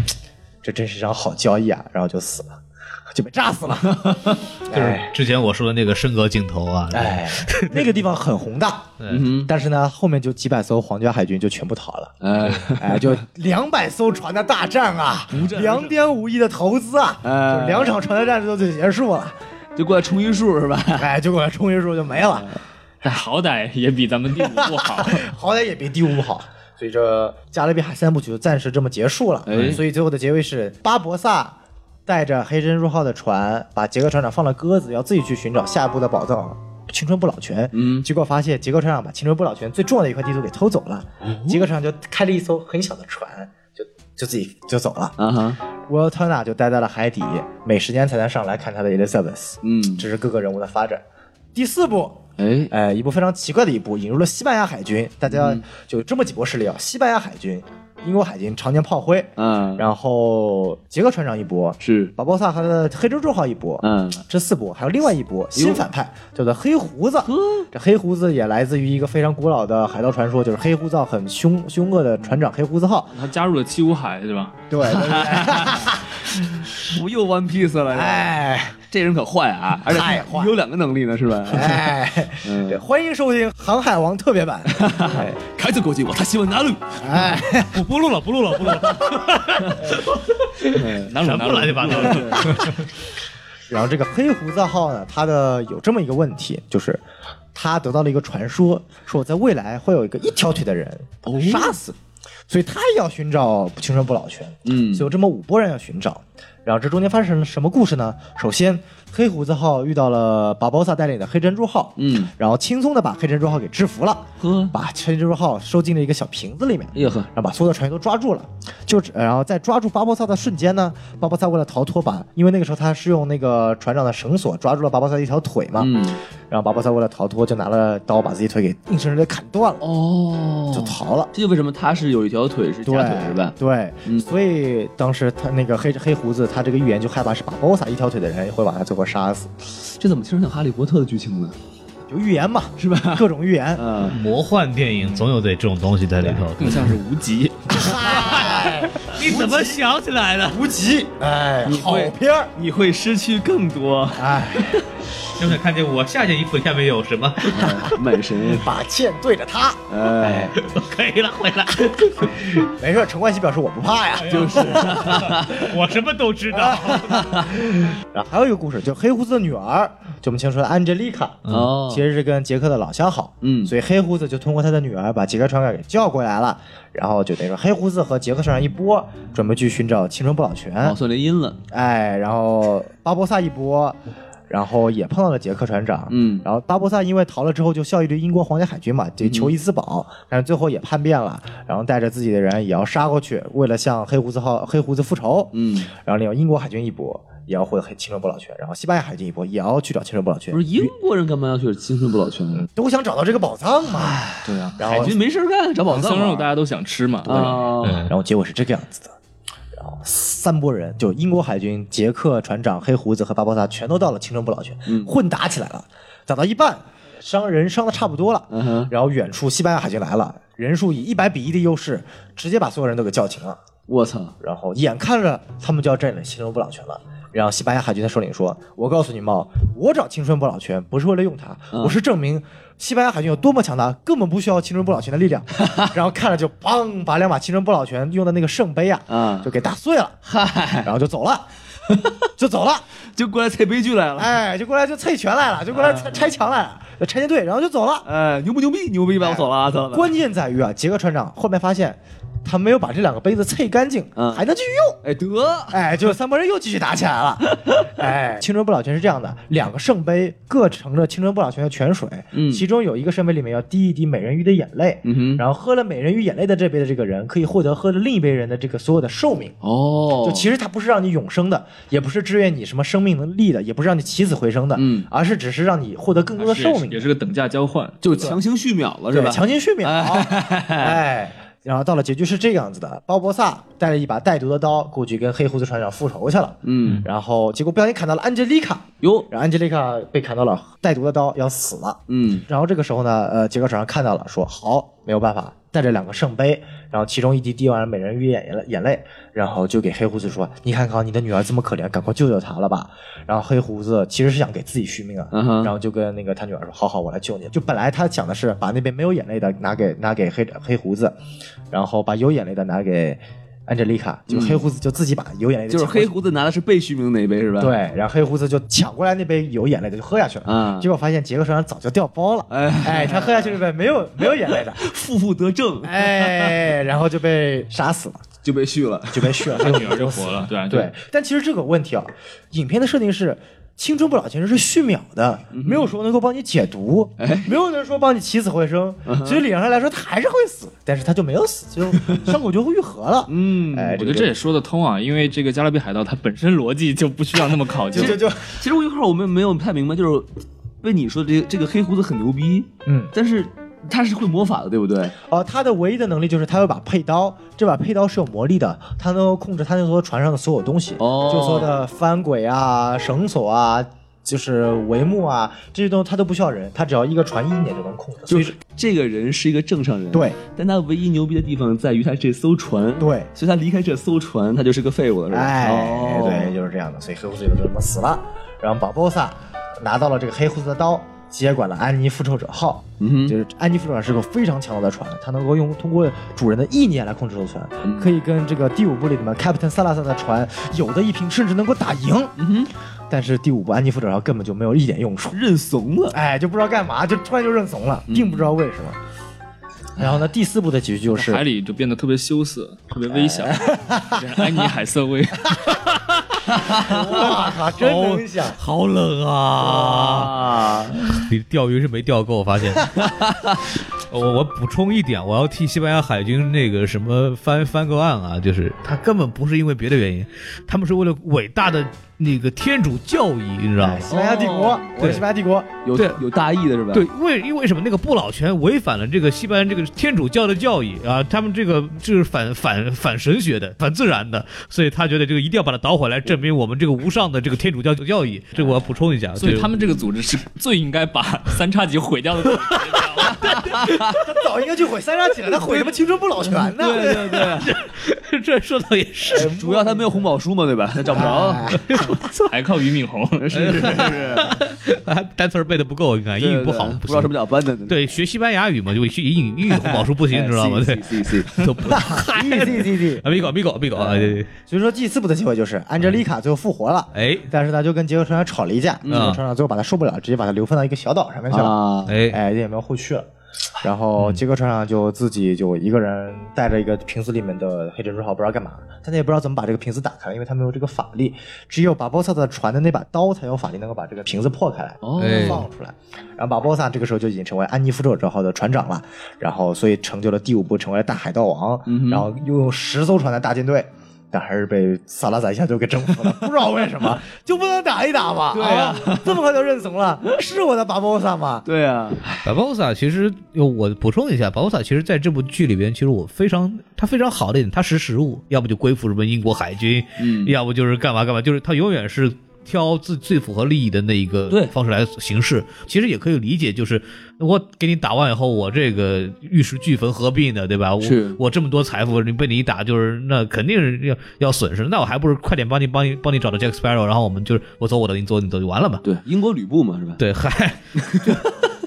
这真是一场好交易啊，然后就死了。就被炸死了， 就是哎之前我说的那个升格镜头啊，哎， 那个地方很宏大，嗯但是呢，后面就几百艘皇家海军就全部逃了，哎哎，就两百艘船的大战啊，两点五亿的投资啊，哎就两场船的战斗就结束了，就过来重一数是吧？哎，就果然冲一数就没了，但好歹也比咱们第五部好。 好歹也比第五好。所以这《加勒比海三部曲》就暂时这么结束了。哎所以最后的结尾是巴博萨带着黑珍珠号的船，把杰克船长放了鸽子，要自己去寻找下一步的宝藏——青春不老泉。嗯结果发现杰克船长把青春不老泉最重要的一块地图给偷走了。哦杰克船长就开着一艘很小的船，就就自己就走了。啊哈，维尔特纳就待在了海底，每十年才能上来看他的 Elizabeth。嗯，这是各个人物的发展。第四部哎，呃，一部非常奇怪的一部，引入了西班牙海军。大家就这么几波势力啊，西班牙海军、英国海军常年炮灰，嗯，然后杰克船长一波，是，巴博萨和他的黑珍珠号一波，嗯，这四波还有另外一波新反派，叫做黑胡子。这黑胡子也来自于一个非常古老的海盗传说，就是黑胡子号很凶凶恶的船长黑胡子号。他加入了七武海，对吧？对，对对不又 One Piece 了？哎这人可坏啊，而且太坏有两个能力呢，是吧？哎，对欢迎收听《航海王》特别版。哎开始国际，我他希望拿路，哎，不不录了，不录了，不录了，南鲁什么南鲁乱七八糟的。然后这个黑胡子号呢，它的有这么一个问题，就是他得到了一个传说，说在未来会有一个一条腿的人把哦他杀死，所以他也要寻找青春不老泉。嗯所以有这么五波人要寻找。然后这中间发生了什么故事呢？首先，黑胡子号遇到了巴博萨带领的黑珍珠号，嗯，然后轻松的把黑珍珠号给制服了，呵，把黑珍珠号收进了一个小瓶子里面。哎呦呵，然后把所有的船员都抓住了，就只然后在抓住巴博萨的瞬间呢，巴博萨为了逃脱把，因为那个时候他是用那个船长的绳索抓住了巴博萨的一条腿嘛，嗯，然后巴博萨为了逃脱就拿了刀把自己腿给硬生生的砍断了，哦，就逃了。这就为什么他是有一条腿是对假腿是吧？对，嗯所以当时他那个黑黑胡子，他这个预言就害怕是巴博萨一条腿的人会把他最后杀死，这怎么听着像哈利波特的剧情呢？就预 言嘛，是吧？ 各种预言。嗯，魔幻电影总有得这种东西在里头。更像是无极。你怎么想起来的？无极，哎，好会片儿，你会失去更 多哎，想想看见我下件衣服下面有什么？满神，把剑对着他，哎， 可以了，回来，没事。陈冠希表示我不怕呀，就是，我什么都知道。然后还有一个故事，就黑胡子的女儿，就我们前说的安吉丽卡，哦其实是跟杰克的老相好，嗯所以黑胡子就通过他的女儿把杰克船长给叫过来了，然后就等于说黑胡子和杰克船长一波，准备去寻找青春不老泉，哦，算联姻了，哎，然后巴博萨一波，然后也碰到了杰克船长，嗯然后巴博萨因为逃了之后就效力于英国皇家海军嘛，得求一自保，但是最后也叛变了，然后带着自己的人也要杀过去，为了向黑胡子号黑胡子复仇，嗯，然后另外英国海军一波也要回青春不老泉，然后西班牙海军一波也要去找青春不老泉不，是英国人干嘛要去青春不老泉呢？都想找到这个宝藏嘛，对啊，然后海军没事儿干，找宝藏香肉玩大家都想吃嘛，对吧？啊，然后结果是这个样子的。然后三波人，就英国海军、捷克船长、黑胡子和巴博萨，全都到了青春不老泉，嗯混打起来了。打到一半，伤人伤的差不多了，嗯哼然后远处西班牙海军来了，人数以一百比一的优势，直接把所有人都给叫停了。我操，然后眼看着他们就要占领青春不老泉了，然后西班牙海军的首领说：“我告诉你们哦，我找青春不老泉不是为了用它，我是证明西班牙海军有多么强大，根本不需要青春不老泉的力量。”然后看着就砰，把两把青春不老泉用的那个圣杯啊，啊就给打碎了，然后就走了。 就走了，就过来踩悲剧来了，哎，就过来就退权来了，就过来拆拆墙来了，就拆迁队，然后就走了。哎哎，牛不牛逼？牛逼吧，我走了啊，走了。关键在于啊，杰克船长后面发现他没有把这两个杯子蹭干净，嗯还能继续用。哎得， 哎，就是三国人又继续打起 来了。哎，青春不老泉是这样的，两个圣杯各盛着青春不老泉的泉水，嗯其中有一个圣杯里面要滴一滴美人鱼的眼泪，嗯哼，然后喝了美人鱼眼泪的这杯的这个人，可以获得喝了另一杯人的这个所有的寿命。哦，就其实它不是让你永生的，也不是支援你什么生命能力的，也不是让你起死回生的，嗯而是只是让你获得更多的寿命也，啊是个等价交换。就强行续秒了是对，吧？强行续秒， 哎。然后到了结局是这个样子的，鲍博萨带了一把带毒的刀过去跟黑胡子船长复仇去了，嗯，然后结果不小心砍到了安吉丽卡，哟，然后安吉丽卡被砍到了带毒的刀要死了，嗯然后这个时候呢，呃，杰克手上看到了，说好，没有办法，带着两个圣杯，然后其中一滴滴完了美人鱼眼眼泪眼泪，然后就给黑胡子说：“你看看你的女儿这么可怜，赶快救救她了吧。”然后黑胡子其实是想给自己续命啊，嗯哼然后就跟那个他女儿说：“好好，我来救你。”就本来他想的是把那边没有眼泪的拿给拿给黑黑胡子，然后把有眼泪的拿给安吉丽卡，就黑胡子就自己把有眼泪的嗯就是抢过去黑胡子拿的是被续命那一杯是吧？，对，然后黑胡子就抢过来那杯有眼泪的就喝下去了。嗯结果发现杰克船长早就掉包了。哎哎，他喝下去那杯没有没有眼泪的，负负得正哎，然后就被杀死了，就被续了。就被血了，他他女儿就活了，啊对对，，但其实这个问题啊，影片的设定是。青春不老其实是续秒的，没有说能够帮你解毒，没有人说帮你起死回生，所以理论上来说他还是会死，但是他就没有死，就 伤口就会愈合了。嗯，哎，我觉个得就这也说得通啊，因为这个《加勒比海盗》它本身逻辑就不需要那么考究。就就就其实我一会儿我们没有太明白，就是被你说的这个这个黑胡子很牛逼，嗯，但是他是会魔法的，对不对？哦，他的唯一的能力就是他有把佩刀，这把佩刀是有魔力的，他能够控制他那艘船上的所有东西，哦就说的翻轨啊、绳索啊。就是帷幕啊，这些东西他都不需要人，他只要一个船一点就能控制。所就以是这个人是一个正常人，对，但他唯一牛逼的地方在于他这艘船，对所以他离开这艘船，他就是个废物了，是吧？哎，哦对，就是这样的。所以黑胡子就这么死了。然后保波萨拿到了这个黑胡子的刀，接管了安妮复仇者号。嗯就哼，是安妮复仇者是个非常强大的船，它能够用通过主人的意念来控制这艘嗯船，可以跟这个第五部里面 Captain Salazar 的船有的一拼，甚至能够打赢。嗯哼，但是第五部安妮复仇者号根本就没有一点用处，认怂了，嗯哎，就不知道干嘛，就突然就认怂了，并不知道为什么。然后呢，第四部的结局就是海里就变得特别羞涩，特别微小，就 哎是安妮海瑟薇。哇靠，真能想， 好冷啊！你钓鱼是没钓够，发现。我我补充一点，我要替西班牙海军那个什么翻翻个案啊，就是他根本不是因为别的原因，他们是为了伟大的那个天主教义，你知道吗哎？西班牙帝哦国，我是西班牙帝国，有对有大意的是吧？对，，为因为什么那个不老泉违反了这个西班牙这个天主教的教义啊，他们这个就是反反反神学的、反自然的，所以他觉得这个一定要把它捣毁来证明我们这个无上的这个天主教教义。这个我要补充一下，所以对他们这个组织是最应该把 三叉戟毁掉的组织。他 早应该去毁三杀起来，他毁什么青春不老泉呢？对对对， 这说的也是。 主要他没有红宝书嘛，对吧？他找不着，还靠俞敏洪。是是是，还单词儿背的不够，你看英语不好，不不知道什行。么叫 abandon。对，学西班牙语嘛，就学英语英语红宝书不行，知道吗？对， ，C C， 都不 啊， ，D D D D。没搞没搞没搞啊！对对所以说第四部的结尾就是安吉丽卡最后复活了，哎但是呢就跟杰克船长吵了一架，嗯杰克船长最后把他受不了，直接把他流放到一个小岛上面去了，啊，哎，哎，也没有后续了。然后杰克船长就自己就一个人带着一个瓶子里面的黑珍珠号，不知道干嘛，但他也不知道怎么把这个瓶子打开，因为他没有这个法力，只有巴波萨的船的那把刀才有法力能够把这个瓶子破开来。哦哎放出来。然后巴波萨这个时候就已经成为安妮复仇者号的船长了，然后所以成就了第五部成为了大海盗王，嗯然后拥有十艘船的大舰队。但还是被萨拉宰一下就给征 服了，不知道为什么，就不能打一打吗？对啊，这么快就认怂了，是我的巴波萨吗？对啊，巴博萨其实我补充一下，巴博萨其实在这部剧里边，其实我非常他非常好的一点，他识时务，要不就归附什么英国海军，嗯要不就是干嘛干嘛，就是他永远是。挑自最符合利益的那一个对方式来行事，其实也可以理解，就是我给你打完以后，我这个玉石俱焚，何必呢，对吧？我是我这么多财富，你被你一打，就是那肯定是要要损失，那我还不如快点帮你帮你帮你找到 Jack Sparrow，然后我们就是我走我的，你走你走就完了嘛。对，英国吕布嘛，是吧？对，嗨， 就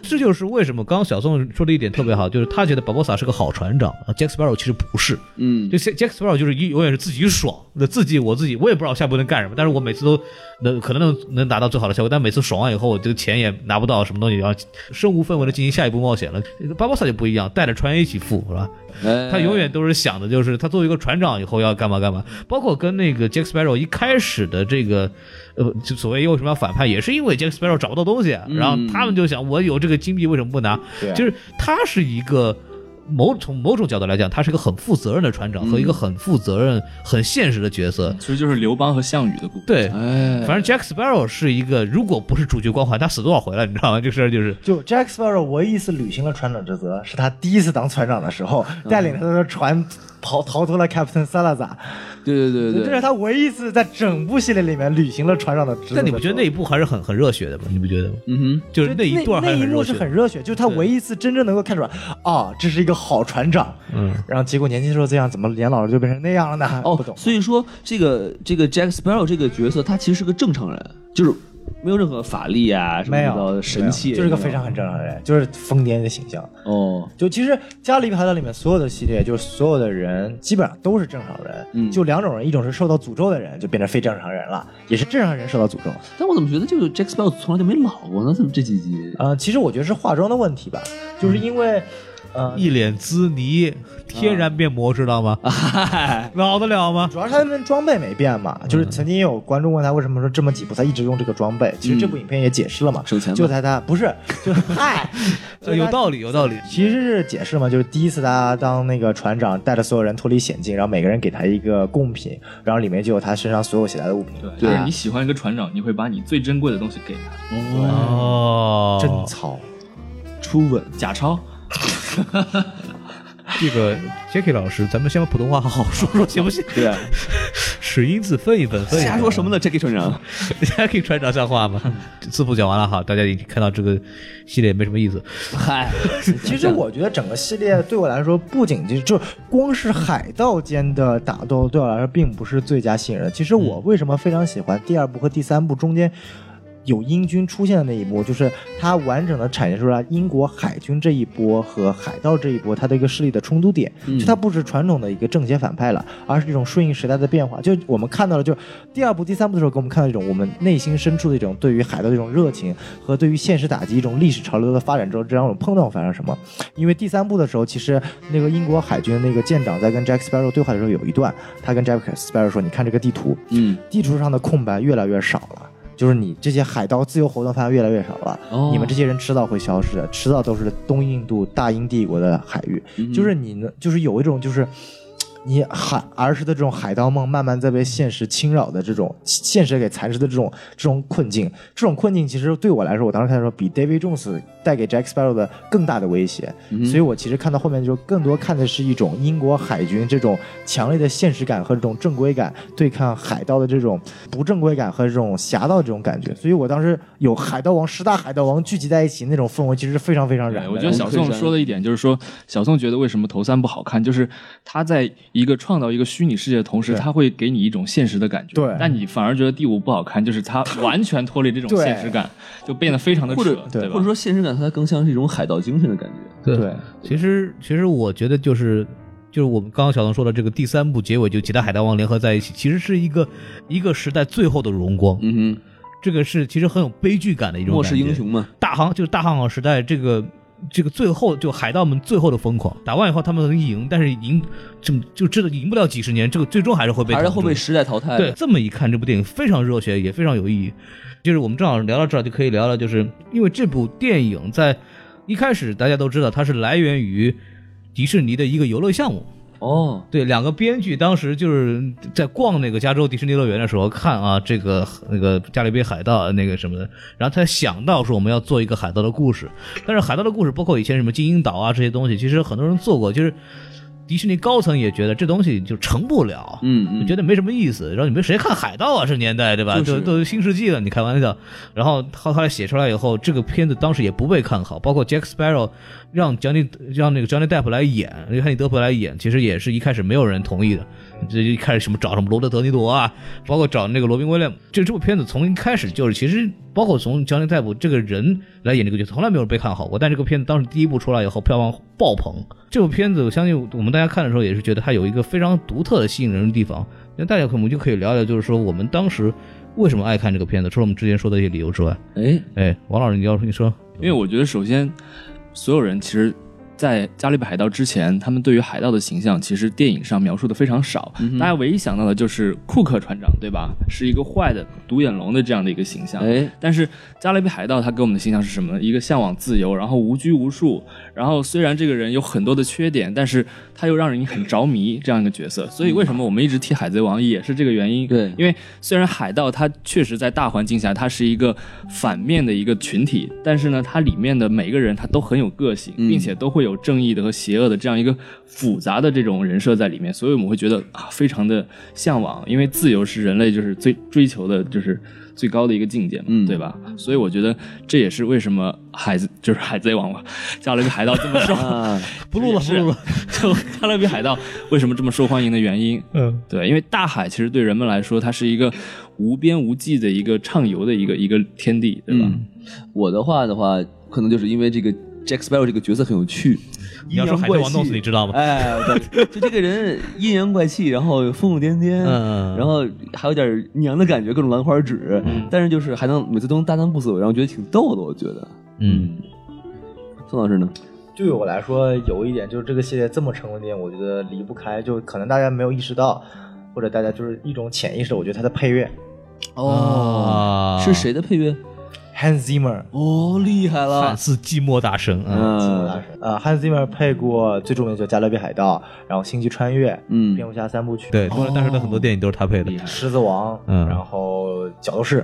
这就是为什么刚刚小宋说的一点特别好，就是他觉得保博萨是个好船长啊，Jack Sparrow 其实不是，嗯就 Jack Jack Sparrow 就是一永远是自己爽，那自己我自己我也不知道下一步能干什么，但是我每次都能可能能能达到最好的效果，但每次爽完以后，我这个钱也拿不到什么东西，然后身无分文的进行下一步冒险了。巴博萨就不一样，带着船员一起富是吧？哎他永远都是想的就是他作为一个船长以后要干嘛干嘛，包括跟那个 Jack Sparrow 一开始的这个，呃，就所谓为什么要反叛，也是因为 Jack Sparrow 找不到东西，然后他们就想我有这个金币为什么不拿？对就是他是一个。某从某种角度来讲，他是一个很负责任的船长和一个很负责任、很现实的角嗯色。其实就是刘邦和项羽的故事。对，哎，反正 Jack Sparrow 是一个，如果不是主角光环，他死多少回了，你知道吗？这事儿就是就 Jack Sparrow 唯一一次履行了船长职责，是他第一次当船长的时候，嗯带领他的船逃逃脱了 Captain Salazar，对对对这是对，他唯一一次在整部系列里面履行了船长的职责。但你不觉得那一部还是很很热血的吗？你不觉得吗？嗯就是那一段还那一很热幕血是的很热血，就是他唯一一次真正能够看出来，啊，这是一个好船长。嗯，然后结果年轻时候这样，怎么年老了就变成那样了呢？哼，哦不懂，。所以说这个这个 Jack Sparrow 这个角色，他其实是个正常人，就是没有任何法力啊什么没有的神器，就是个非常很正常的人，就是疯癫的形象。哦，就其实《加勒比海盗》里面所有的系列，就是所有的人基本上都是正常人，嗯就两种人，一种是受到诅咒的人，就变成非正常人了，也是正常人受到诅咒。但我怎么觉得这个 Jack Sparrow 从来就没老过呢？怎么这几集？呃，其实我觉得是化妆的问题吧，就是嗯因为，呃，一脸滋泥，天然面膜，知道吗？啊老得了 吗？主要是他们装备没变嘛，就是曾经有观众问他为什么说这么几部他一直用这个装备，其实这部影片也解释了嘛，省钱吧就在他不是就嗨，呃有道理，有道理。其实是解释嘛，就是第一次他当那个船长带着所有人脱离险境，然后每个人给他一个贡品，然后里面就有他身上所有携带的物品，哎对，就是你喜欢一个船长，你会把你最珍贵的东西给他。嗯哦，贞操。初吻，假钞， 这个 Jacky 老师，咱们先把普通话好好说说，行不行？ 对啊，使音字分一分，分一分。瞎说什么呢？Jack 船长， ？Jacky 船长像话吗？嗯字幕讲完了哈，大家已经看到这个系列没什么意思。嗨，其实我觉得整个系列对我来说，不仅仅就光是海盗间的打斗，对我来说并不是最佳吸引人的。其实我为什么非常喜欢第二部和第三部中间有英军出现的那一幕，就是它完整的展现出来英国海军这一波和海盗这一波它的一个势力的冲突点。就它不是传统的一个正邪反派了，而是一种顺应时代的变化。就我们看到了，就是第二部、第三部的时候，给我们看到一种我们内心深处的一种对于海盗的一种热情和对于现实打击一种历史潮流的发展之后，这两种碰撞发生什么？因为第三部的时候，其实那个英国海军那个舰长在跟 Jack Sparrow 对话的时候，有一段他跟 Jack Sparrow 说：“你看这个地图，嗯，地图上的空白越来越少了。”就是你这些海盗自由活动范围越来越少了，哦你们这些人迟早会消失的，迟早都是东印度大英帝国的海域。就是你呢，就是有一种就是你海儿时的这种海盗梦，慢慢在被现实侵扰的这种现实给蚕食的这种这种困境，这种困境其实对我来说，我当时看的时候，比 David Jones 带给 Jack Sparrow 的更大的威胁。所以我其实看到后面就更多看的是一种英国海军这种强烈的现实感和这种正规感对抗海盗的这种不正规感和这种侠盗这种感觉。所以我当时有海盗王十大海盗王聚集在一起那种氛围，其实是非常非常燃对，的。我觉得小宋说的一点就是说，小宋觉得为什么头三不好看，就是他在一个创造一个虚拟世界的同时，对他会给你一种现实的感觉。对但你反而觉得第五不好看，就是他完全脱离这种对现实感，就变得非常的或者扯，对或者吧？说现实感，它更像是一种海盗精神的感觉。对对其实其实我觉得就是就是我们刚刚小东说的这个第三部结尾，就几大海盗王联合在一起，其实是一个一个时代最后的荣光。嗯这个是其实很有悲剧感的一哼，种末感觉世英雄嘛，大航就是大航海时代这个。这个最后就海盗们最后的疯狂，打完以后他们能赢，但是赢就就真的赢不了几十年，这个最终还是会被还是统治会被时代淘汰的。对，这么一看，这部电影非常热血，也非常有意义。就是我们正好聊到这儿，就可以聊聊，就是因为这部电影在一开始大家都知道，它是来源于迪士尼的一个游乐项目。哦，对，两个编剧当时就是在逛那个加州迪士尼乐园的时候，看啊这个那个加勒比海盗那个什么的，然后他想到说我们要做一个海盗的故事，但是海盗的故事包括以前什么金银岛啊这些东西，其实很多人做过，就是迪士尼高层也觉得这东西就成不了，嗯就嗯，觉得没什么意思。然后你们谁看海盗啊？这年代对吧？就是都都是新世纪了，你开玩笑。然后他后来写出来以后，这个片子当时也不被看好，包括 Jack Sparrow 让 Johnny 让那个 Johnny Depp 来演，约翰尼德普来演，其实也是一开始没有人同意的。这一开始什么找什么罗伯特德尼罗啊，包括找那个罗宾威廉姆，就这部片子从一开始就是其实包括从 Johnny Depp 这个人来演这个角色，从来没有人被看好过。但这个片子当时第一部出来以后，票房爆棚。这部片子我相信我们大家看的时候也是觉得它有一个非常独特的吸引人的地方。那大家可能就可以聊聊，就是说我们当时为什么爱看这个片子，除了我们之前说的一些理由之外，哎，哎，王老师，你要你说，因为我觉得首先，所有人其实。在《加勒比海盗》之前，他们对于海盗的形象，其实电影上描述的非常少。大家唯一想到的就是库克船长，对吧？是一个坏的独眼龙的这样的一个形象。哎，但是《加勒比海盗》他给我们的形象是什么呢？一个向往自由，然后无拘无束，然后虽然这个人有很多的缺点，但是他又让人很着迷这样一个角色。所以为什么我们一直踢《海贼王》也是这个原因。对因为虽然海盗他确实在大环境下他是一个反面的一个群体，但是呢，它里面的每个人他都很有个性，并且都会有正义的和邪恶的这样一个复杂的这种人设在里面，所以我们会觉得啊，非常的向往，因为自由是人类就是最追求的，就是。最高的一个境界嘛，嗯对吧？所以我觉得这也是为什么海贼就是海贼王嘛，加勒比海盗这么受， 啊，不录了，不是录了。 就加勒比海盗为什么这么受欢迎的原因。嗯，对，因为大海其实对人们来说，它是一个无边无际的一个畅游的一个一个天地，对吧？嗯我的话的话，可能就是因为这个 Jack Sparrow 这个角色很有趣，你要说海贼王弄死你知道吗？哎，对， 就这个人阴阳怪气，然后疯疯癫癫，嗯然后还有点娘的感觉，各种兰花指，嗯但是就是还能每次都能大难不死，然后觉得挺逗的，我觉得。嗯，宋老师呢？对我来说，有一点就是这个系列这么成功的点，我觉得离不开，就可能大家没有意识到，或者大家就是一种潜意识的，我觉得它的配乐哦啊是谁的配乐？ ，Hans Zimmer，哦，厉害反了，思寂寞大神啊，嗯呃，Hans Zimmer 配过最著名的叫《加勒比海盗》，然后《星际穿越》、嗯蝙蝠侠三部曲，对，多伦大神的很多电影都是他配的，狮子王，嗯然后《角斗士》，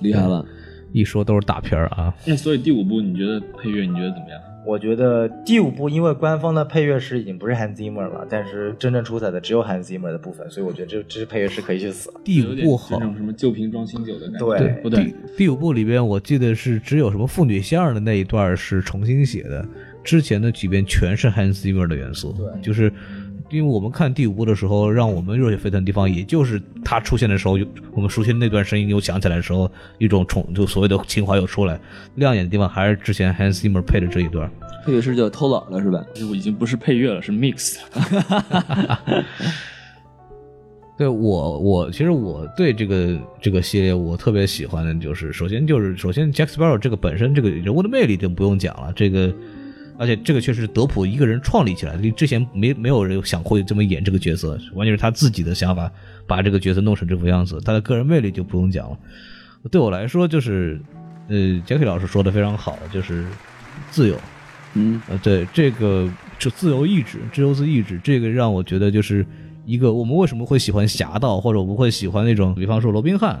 厉害了，一说都是大片儿啊。那所以第五部你觉得配乐你觉得怎么样？我觉得第五部因为官方的配乐师已经不是 Hans Zimmer 了，但是真正出彩的只有 Hans Zimmer 的部分，所以我觉得这这是配乐师可以去死。第五部好有点那，种什么旧瓶装新酒的感觉，对不对？第五部里边我记得是只有什么妇女像的那一段是重新写的，之前的几遍全是 Hans Zimmer 的元素。对，就是因为我们看第五部的时候，让我们热血沸腾的地方，也就是他出现的时候，有我们熟悉的那段声音又响起来的时候，一种重就所谓的情怀又出来，亮眼的地方还是之前 Hans Zimmer 配的这一段。配乐是叫偷懒了是吧？我已经不是配乐了，是 mix。对我，我其实我对这个这个系列我特别喜欢的就是，首先就是首先 Jack Sparrow 这个本身这个人物的魅力就不用讲了，这个而且这个确实是德普一个人创立起来的，之前没没有人想会这么演这个角色，完全是他自己的想法把这个角色弄成这副样子，他的个人魅力就不用讲了。对我来说就是，呃，Jackie 老师说的非常好，就是自由，嗯，呃，对这个就自由意志，自由自意志，这个让我觉得就是一个我们为什么会喜欢侠盗，或者我们会喜欢那种，比方说罗宾汉，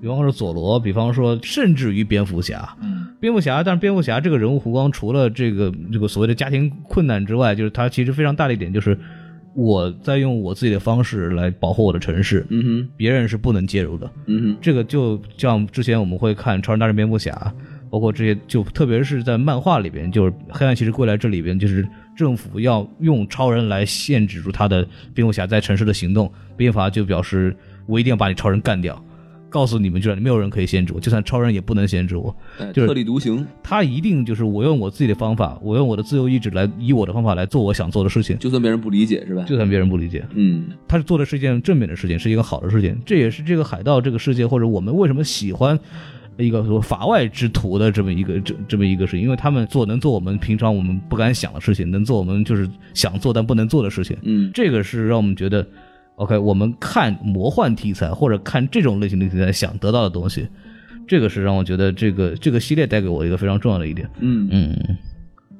比方说佐罗，比方说甚至于蝙蝠侠，嗯，蝙蝠侠，但是蝙蝠侠这个人物弧光，除了这个这个所谓的家庭困难之外，就是他其实非常大的一点就是。我在用我自己的方式来保护我的城市，嗯哼，别人是不能介入的。嗯这个就像之前我们会看《超人大战蝙蝠侠》，包括这些，就特别是在漫画里边，就是《黑暗骑士归来》这里边，就是政府要用超人来限制住他的蝙蝠侠在城市的行动，蝙蝠侠就表示我一定要把你超人干掉，告诉你们，就是没有人可以限制我，就算超人也不能限制我。哼，哎就是特立独行，他一定就是我用我自己的方法，我用我的自由意志来以我的方法来做我想做的事情，就算别人不理解是吧？就算别人不理解。嗯他是做的是一件正面的事情，是一个好的事情。这也是这个海盗这个世界，或者我们为什么喜欢一个说法外之徒的这么一个这这么一个事情，因为他们做能做我们平常我们不敢想的事情，能做我们就是想做但不能做的事情。嗯，这个是让我们觉得，OK，我们看魔幻题材或者看这种类型的题材想得到的东西，这个是让我觉得这个这个系列带给我一个非常重要的一点。嗯，嗯，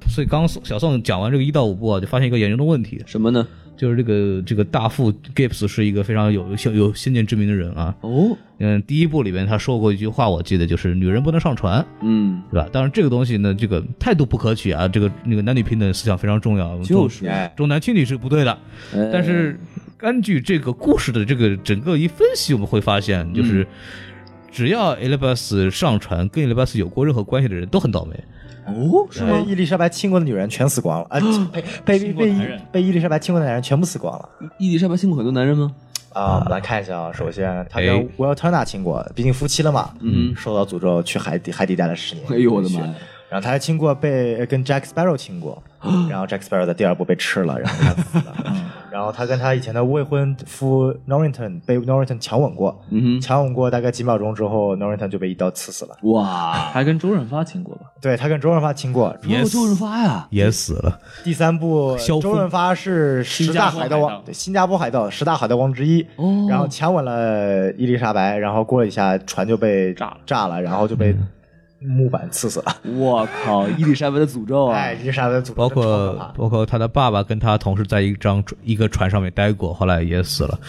所以刚宋小宋讲完这个一到五部啊，就发现一个严重的问题，什么呢？就是这个这个大副 Gibbs 是一个非常有有有先见之明的人啊。哦，嗯，第一部里面他说过一句话，我记得就是“女人不能上船”，嗯，对吧？当然这个东西呢，这个态度不可取啊，这个那个男女平等思想非常重要，就重是，哎，重男轻女是不对的。哎但是根据这个故事的这个整个一分析，我们会发嗯现，就是只要 Elibas 上船，跟 Elibas 有过任何关系的人都很倒霉。哦，是被吗？哎伊丽莎白亲过的女人全死光了，啊，呸被被亲过的男被人被伊丽莎白亲过的男人全部死光了。伊丽莎白辛苦很多男人吗？啊，我们来看一下啊，首先他哎跟 Will Turner 亲过，毕竟夫妻了嘛，嗯受到诅咒去海底海底待了十年，哎呦我的妈呀！然后他还 呃嗯亲过被跟 Jack Sparrow 亲过，然后 Jack Sparrow 在第二部被吃了，然后他死了。嗯然后他跟他以前的未婚夫 Norrington 被 Norrington 强吻过，嗯强吻过大概几秒钟之后，Norrington 就被一刀刺死了。哼，哇，还跟周润发亲过吧？对他跟周润发亲过，还有周润发呀，也死了。第三部萧峰周润发是十大新加坡海海盗盗王，对新加坡海盗十大海盗王之一，哦然后强吻了伊丽莎白，然后过了一下船就被炸了，炸了，然后就被木板刺死了。我靠，伊丽莎白的诅咒啊！哎，伊丽莎白的诅咒包真超可括怕包括他的爸爸跟他同事在一张一个船上面待过，后来也死了。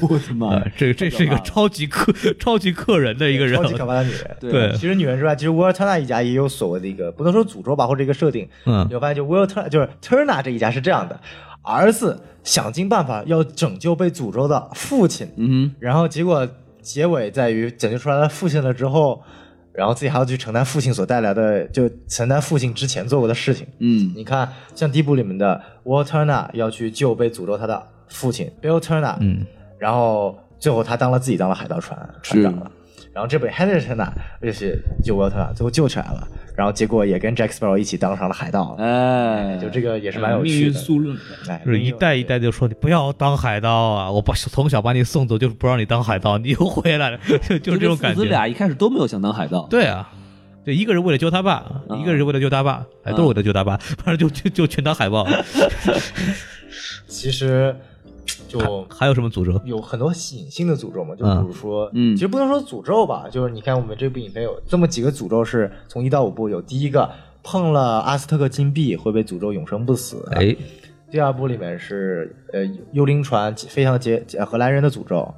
我的妈 啊呀！，这这是一个超级克 超级克人的一个人超，级可怕的女人。对其实女人之外，其实沃尔特纳一家也有所谓的一个，不能说诅咒吧，或者一个设定。嗯你会发现就沃尔特就是 Turner 这一家是这样的，儿子想尽办法要拯救被诅咒的父亲，嗯然后结果结尾在于拯救出来了父亲了之后，然后自己还要去承担父亲所带来的，就承担父亲之前做过的事情。嗯你看，像第一部里面的 Will Turner 要去救被诅咒他的父亲 Bill Turner，嗯，然后最后他当了自己当了海盗船船长了。然后这本 Henry Turner 就是救 Will Turner，最后救起来了，然后结果也跟 Jack Sparrow 一起当上了海盗。哎，就这个也是蛮有趣的。论。哎，就是一代一代就说你不要当海盗啊！我把从小把你送走，就是不让你当海盗，你又回来了， 就就是这种感父子觉。俩一开始都没有想当海盗，对啊，对，一个人为了救他爸，一个人为了救他爸，哎，都是为了救他爸，反正就就就全当海豹。其实就还有什么诅咒？有很多隐性的诅咒嘛，就嗯比如说，嗯其实不能说诅咒吧，就是你看我们这部影片有这么几个诅咒，是从一到五部有第一个碰了阿斯特克金币会被诅咒永生不死，哎，第二部里面是呃幽灵船飞向捷呃荷兰人的诅咒，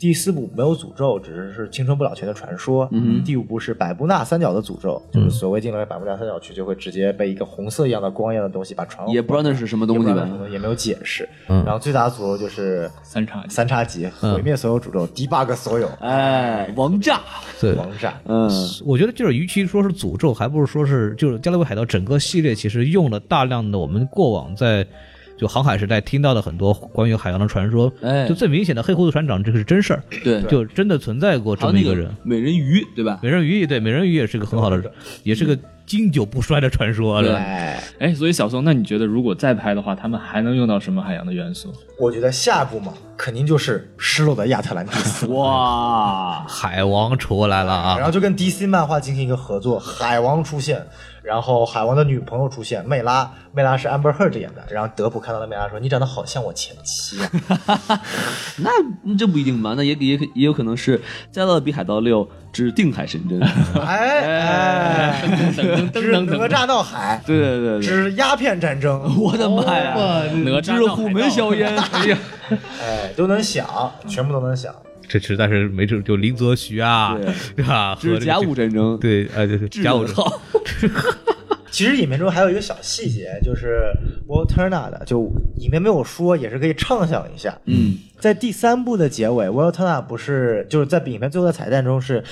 第四部没有诅咒，只是是青春不老泉的传说。嗯哼嗯第五部是百慕纳三角的诅咒，就是所谓进了百慕纳三角区就会直接被一个红色一样的光一样的东西把船也不知道那是什么东西也不知道吧那是？什么也没有解释。嗯然后最大的诅咒就是三叉戟三叉戟嗯毁灭所有诅咒，debug 所有哎，王炸，对，网站。嗯，我觉得就是，与其说是诅咒，还不如说是就是《加勒比海盗》整个系列其实用了大量的我们过往在就航海时代听到的很多关于海洋的传说。哎就最明显的黑胡子船长这个是真事儿，对，就真的存在过还这有么那一个人。美人鱼，对吧？美人鱼对，美人鱼也是个很好的，也是个经久不衰的传说对了。哎，哎，所以小松，那你觉得如果再拍的话，他们还能用到什么海洋的元素？我觉得下一步嘛，肯定就是失落的亚特兰蒂斯。哇，海王出来了然啊！后就跟 DC 漫画进行一个合作，海王出现，然后海王的女朋友出现，梅拉，梅拉是 Amber Heard 演的，然后德普看到了梅拉说：“你长得好像我前妻啊。那嗯这不一定吧？那也也也有可能是《加勒比海盗六之定海神针》。哎”哎哎，之哪吒闹海，对对对哦对，之鸦片战争，我的啊妈呀！哪之虎门硝烟，哎呀，哎，都能想，全部都能想。这实在是没辙，就林则徐啊，对对吧？ 这和是这个甲午战争，对，哎对对，质甲午问号，其实影片中还有一个小细节，就是 w a t e r n a 的，就影片没有说，也是可以畅想一下。嗯，在第三部的结尾 w a l t e r n a 不是就是在影片最后的彩蛋中是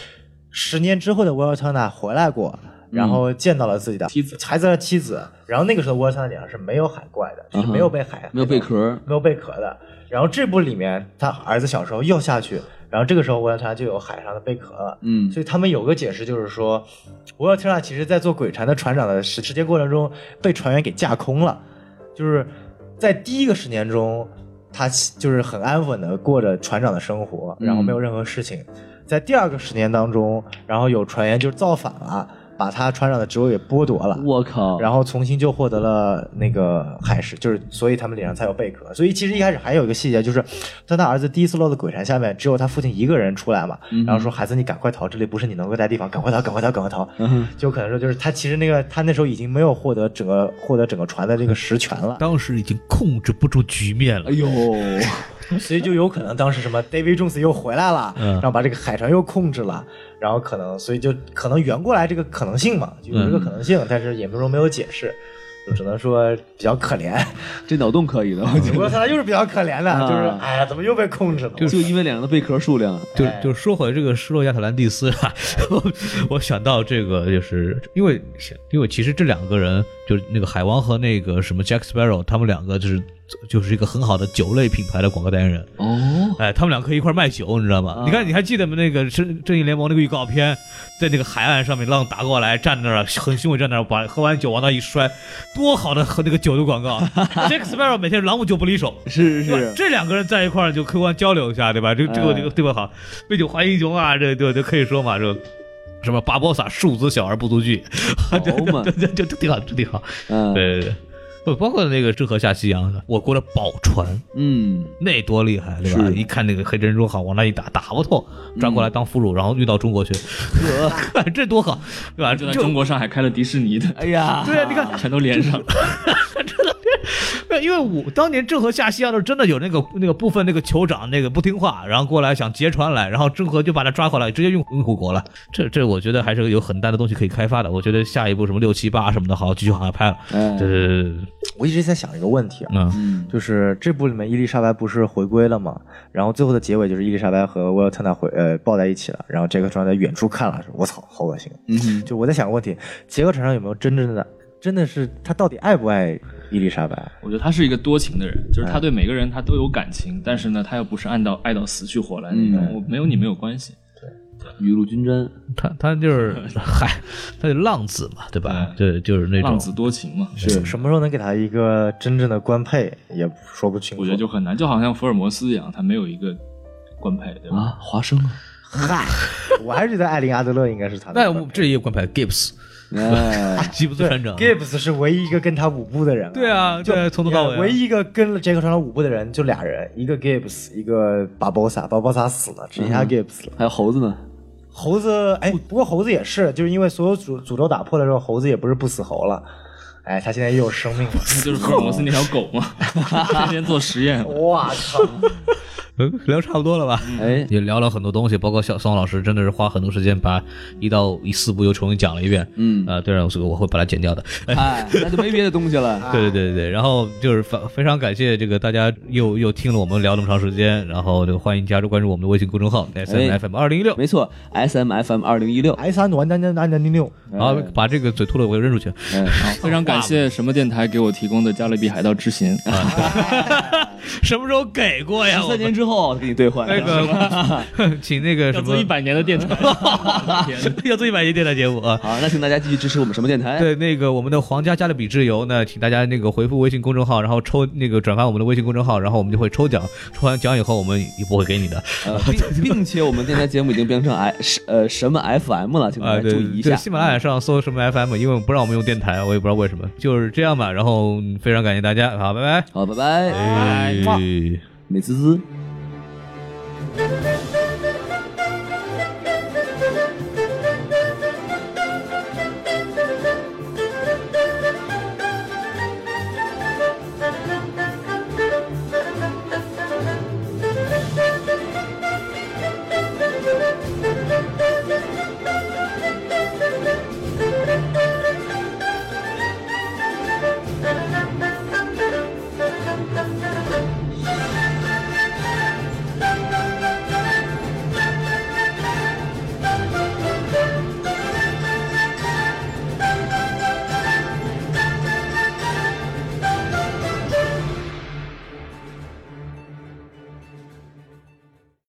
十年之后的 w a l t e r n a 回来过，嗯然后见到了自己的妻子孩子的妻子，然后那个时候 w a l t e r n a 脸上是没有海怪的，就是没有被海啊没有贝壳，没有贝壳的。然后这部里面他儿子小时候又下去，然后这个时候 w a l t e r n a 就有海上的贝壳了。嗯所以他们有个解释，就是说，维尔特纳其实在做鬼船的船长的时时间过程中，被船员给架空了，就是在第一个十年中，他其就是很安稳的过着船长的生活，嗯然后没有任何事情。在第二个十年当中，然后有船员就造反了，把他船长的职位给剥夺了。我靠，然后重新就获得了那个海狮，就是所以他们脸上才有贝壳。所以其实一开始还有一个细节，就是当他儿子第一次落到鬼船下面，只有他父亲一个人出来嘛，然后说孩子你赶快逃，这里不是你能够待的地方，赶快逃，赶快逃，赶快逃。就可能说就是他其实那个他那时候已经没有获得整个获得整个船的这个实权了，当时已经控制不住局面了哎。呦， 所以就有可能当时什么 David Jones 又回来了，嗯然后把这个海船又控制了，然后可能所以就可能圆过来这个可能性嘛，就有这个可能性，但是影片中没有解释。就只能说比较可怜，这脑洞可以的，我觉 不过他俩又是比较可怜的，啊就是哎呀，怎么又被控制了？得，就因为脸上的贝壳数量，就哎就说回这个失落亚特兰蒂斯啊， 我我想到这个，就是因为因为其实这两个人就是那个海王和那个什么 Jack Sparrow，他们两个就是就是一个很好的酒类品牌的广告代言人。哦，哎，他们俩可以一块儿卖酒，你知道吗？啊你看，你还记得吗？那个正正义联盟那个预告片，在那个海岸上面浪打过来，站那儿很凶的站那儿，把喝完酒往那一摔，多好的和那个酒的广告！Jack Sparrow 每天朗姆酒不离手，是对吧是，这两个人在一块儿就客观交流一下，对吧？这个这个嗯哎这个对吧？好，杯酒还英雄啊，这这这可以说嘛，这什么巴博萨数子小而不足惧，好嘛 这，这这这挺好，这挺好。嗯对对对，不包括那个郑和下西洋的，我国的宝船。嗯，那多厉害，对吧？是一看那个黑珍珠好，往那一打，打不透，抓嗯过来当俘虏，然后运到中国去， 这多好，对吧？呃就就在中国上海开了迪士尼的，哎呀，对啊，你看，全都连上了。因为我当年郑和下西洋的时候，真的有那个那个部分那个酋长那个不听话，然后过来想劫船来，然后郑和就把他抓回来，直接用用护国了。这这我觉得还是有很大的东西可以开发的。我觉得下一步什么六七八什么的，好继续好好拍了。哎对对对对对，我一直在想一个问题啊，嗯，嗯，就是这部里面伊丽莎白不是回归了吗？然后最后的结尾就是伊丽莎白和威尔特纳回呃抱在一起了，然后杰克船长在远处看了，说我操，好恶心。嗯哼就我在想个问题，杰克船长有没有真正的真的是他到底爱不爱伊丽莎白？我觉得他是一个多情的人，哎就是他对每个人他都有感情，但是呢，他又不是按到爱到死去活来那种。嗯我没有你没有关系，雨露均沾，他他就是嗨，他就浪子嘛，对吧？对，就是那种浪子多情嘛。是什么时候能给他一个真正的官配也说不清楚。我觉得就很难，就好像福尔摩斯一样，他没有一个官配，对吧？啊，华生啊，嗨，我还是觉得艾琳阿德勒应该是他的那官配。我们这也有官牌 Gibbs，哎，吉普斯船长 Gibbs 是唯一一个跟他舞步的人、对啊就对从头到尾啊唯一一个跟了杰克船长舞步的人就俩人，一个 Gibbs，一个巴博萨。巴博萨死了，只剩下 Gibbs 了。还有猴子呢，猴子，哎，不过猴子也是，就是因为所有诅诅咒打破的时候，猴子也不是不死猴了，哎，他现在又有生命了。那就是福尔摩斯那条狗 嘛，天天做实验。哇靠！嗯， 聊差不多了吧？哎，也聊了很多东西，包括小宋老师真的是花很多时间把一到一四部又重新讲了一遍。嗯，啊、对了，这个我会把它剪掉的。哎，那就没别的东西了，对对对对对，然后就是非非常感谢这个大家又又听了我们聊那么长时间，然后就欢迎加入关注我们的微信公众号 S M F M 二零一六，哎没错，S M F M 二零一六， S 三完蛋蛋蛋蛋六六，然后把这个嘴吐了我就扔出去。哎，非常感谢什么电台给我提供的《加勒比海盗之行》啊，什么时候给过呀？十我三们年之后给你兑换，那个， 请那个什么，百年的电台。 要做一百集电台节目啊。好，那请大家继续支持我们什么电台？对，那个我们的皇家加勒比之游呢，请大家那个回复微信公众号，然后抽那个转发我们的微信公众号，然后我们就会抽奖，抽完奖以后我们也不会给你的。 呃，并 并且我们电台节目已经变成 I 是呃什么 FM 了，请大啊，家对嗯注意一对，下。喜马拉雅上搜什么 FM，因为我们不让我们用电台，我也不知道为什么，就是这样吧。然后非常感谢大家，好，拜拜。好，拜拜，哎美滋滋。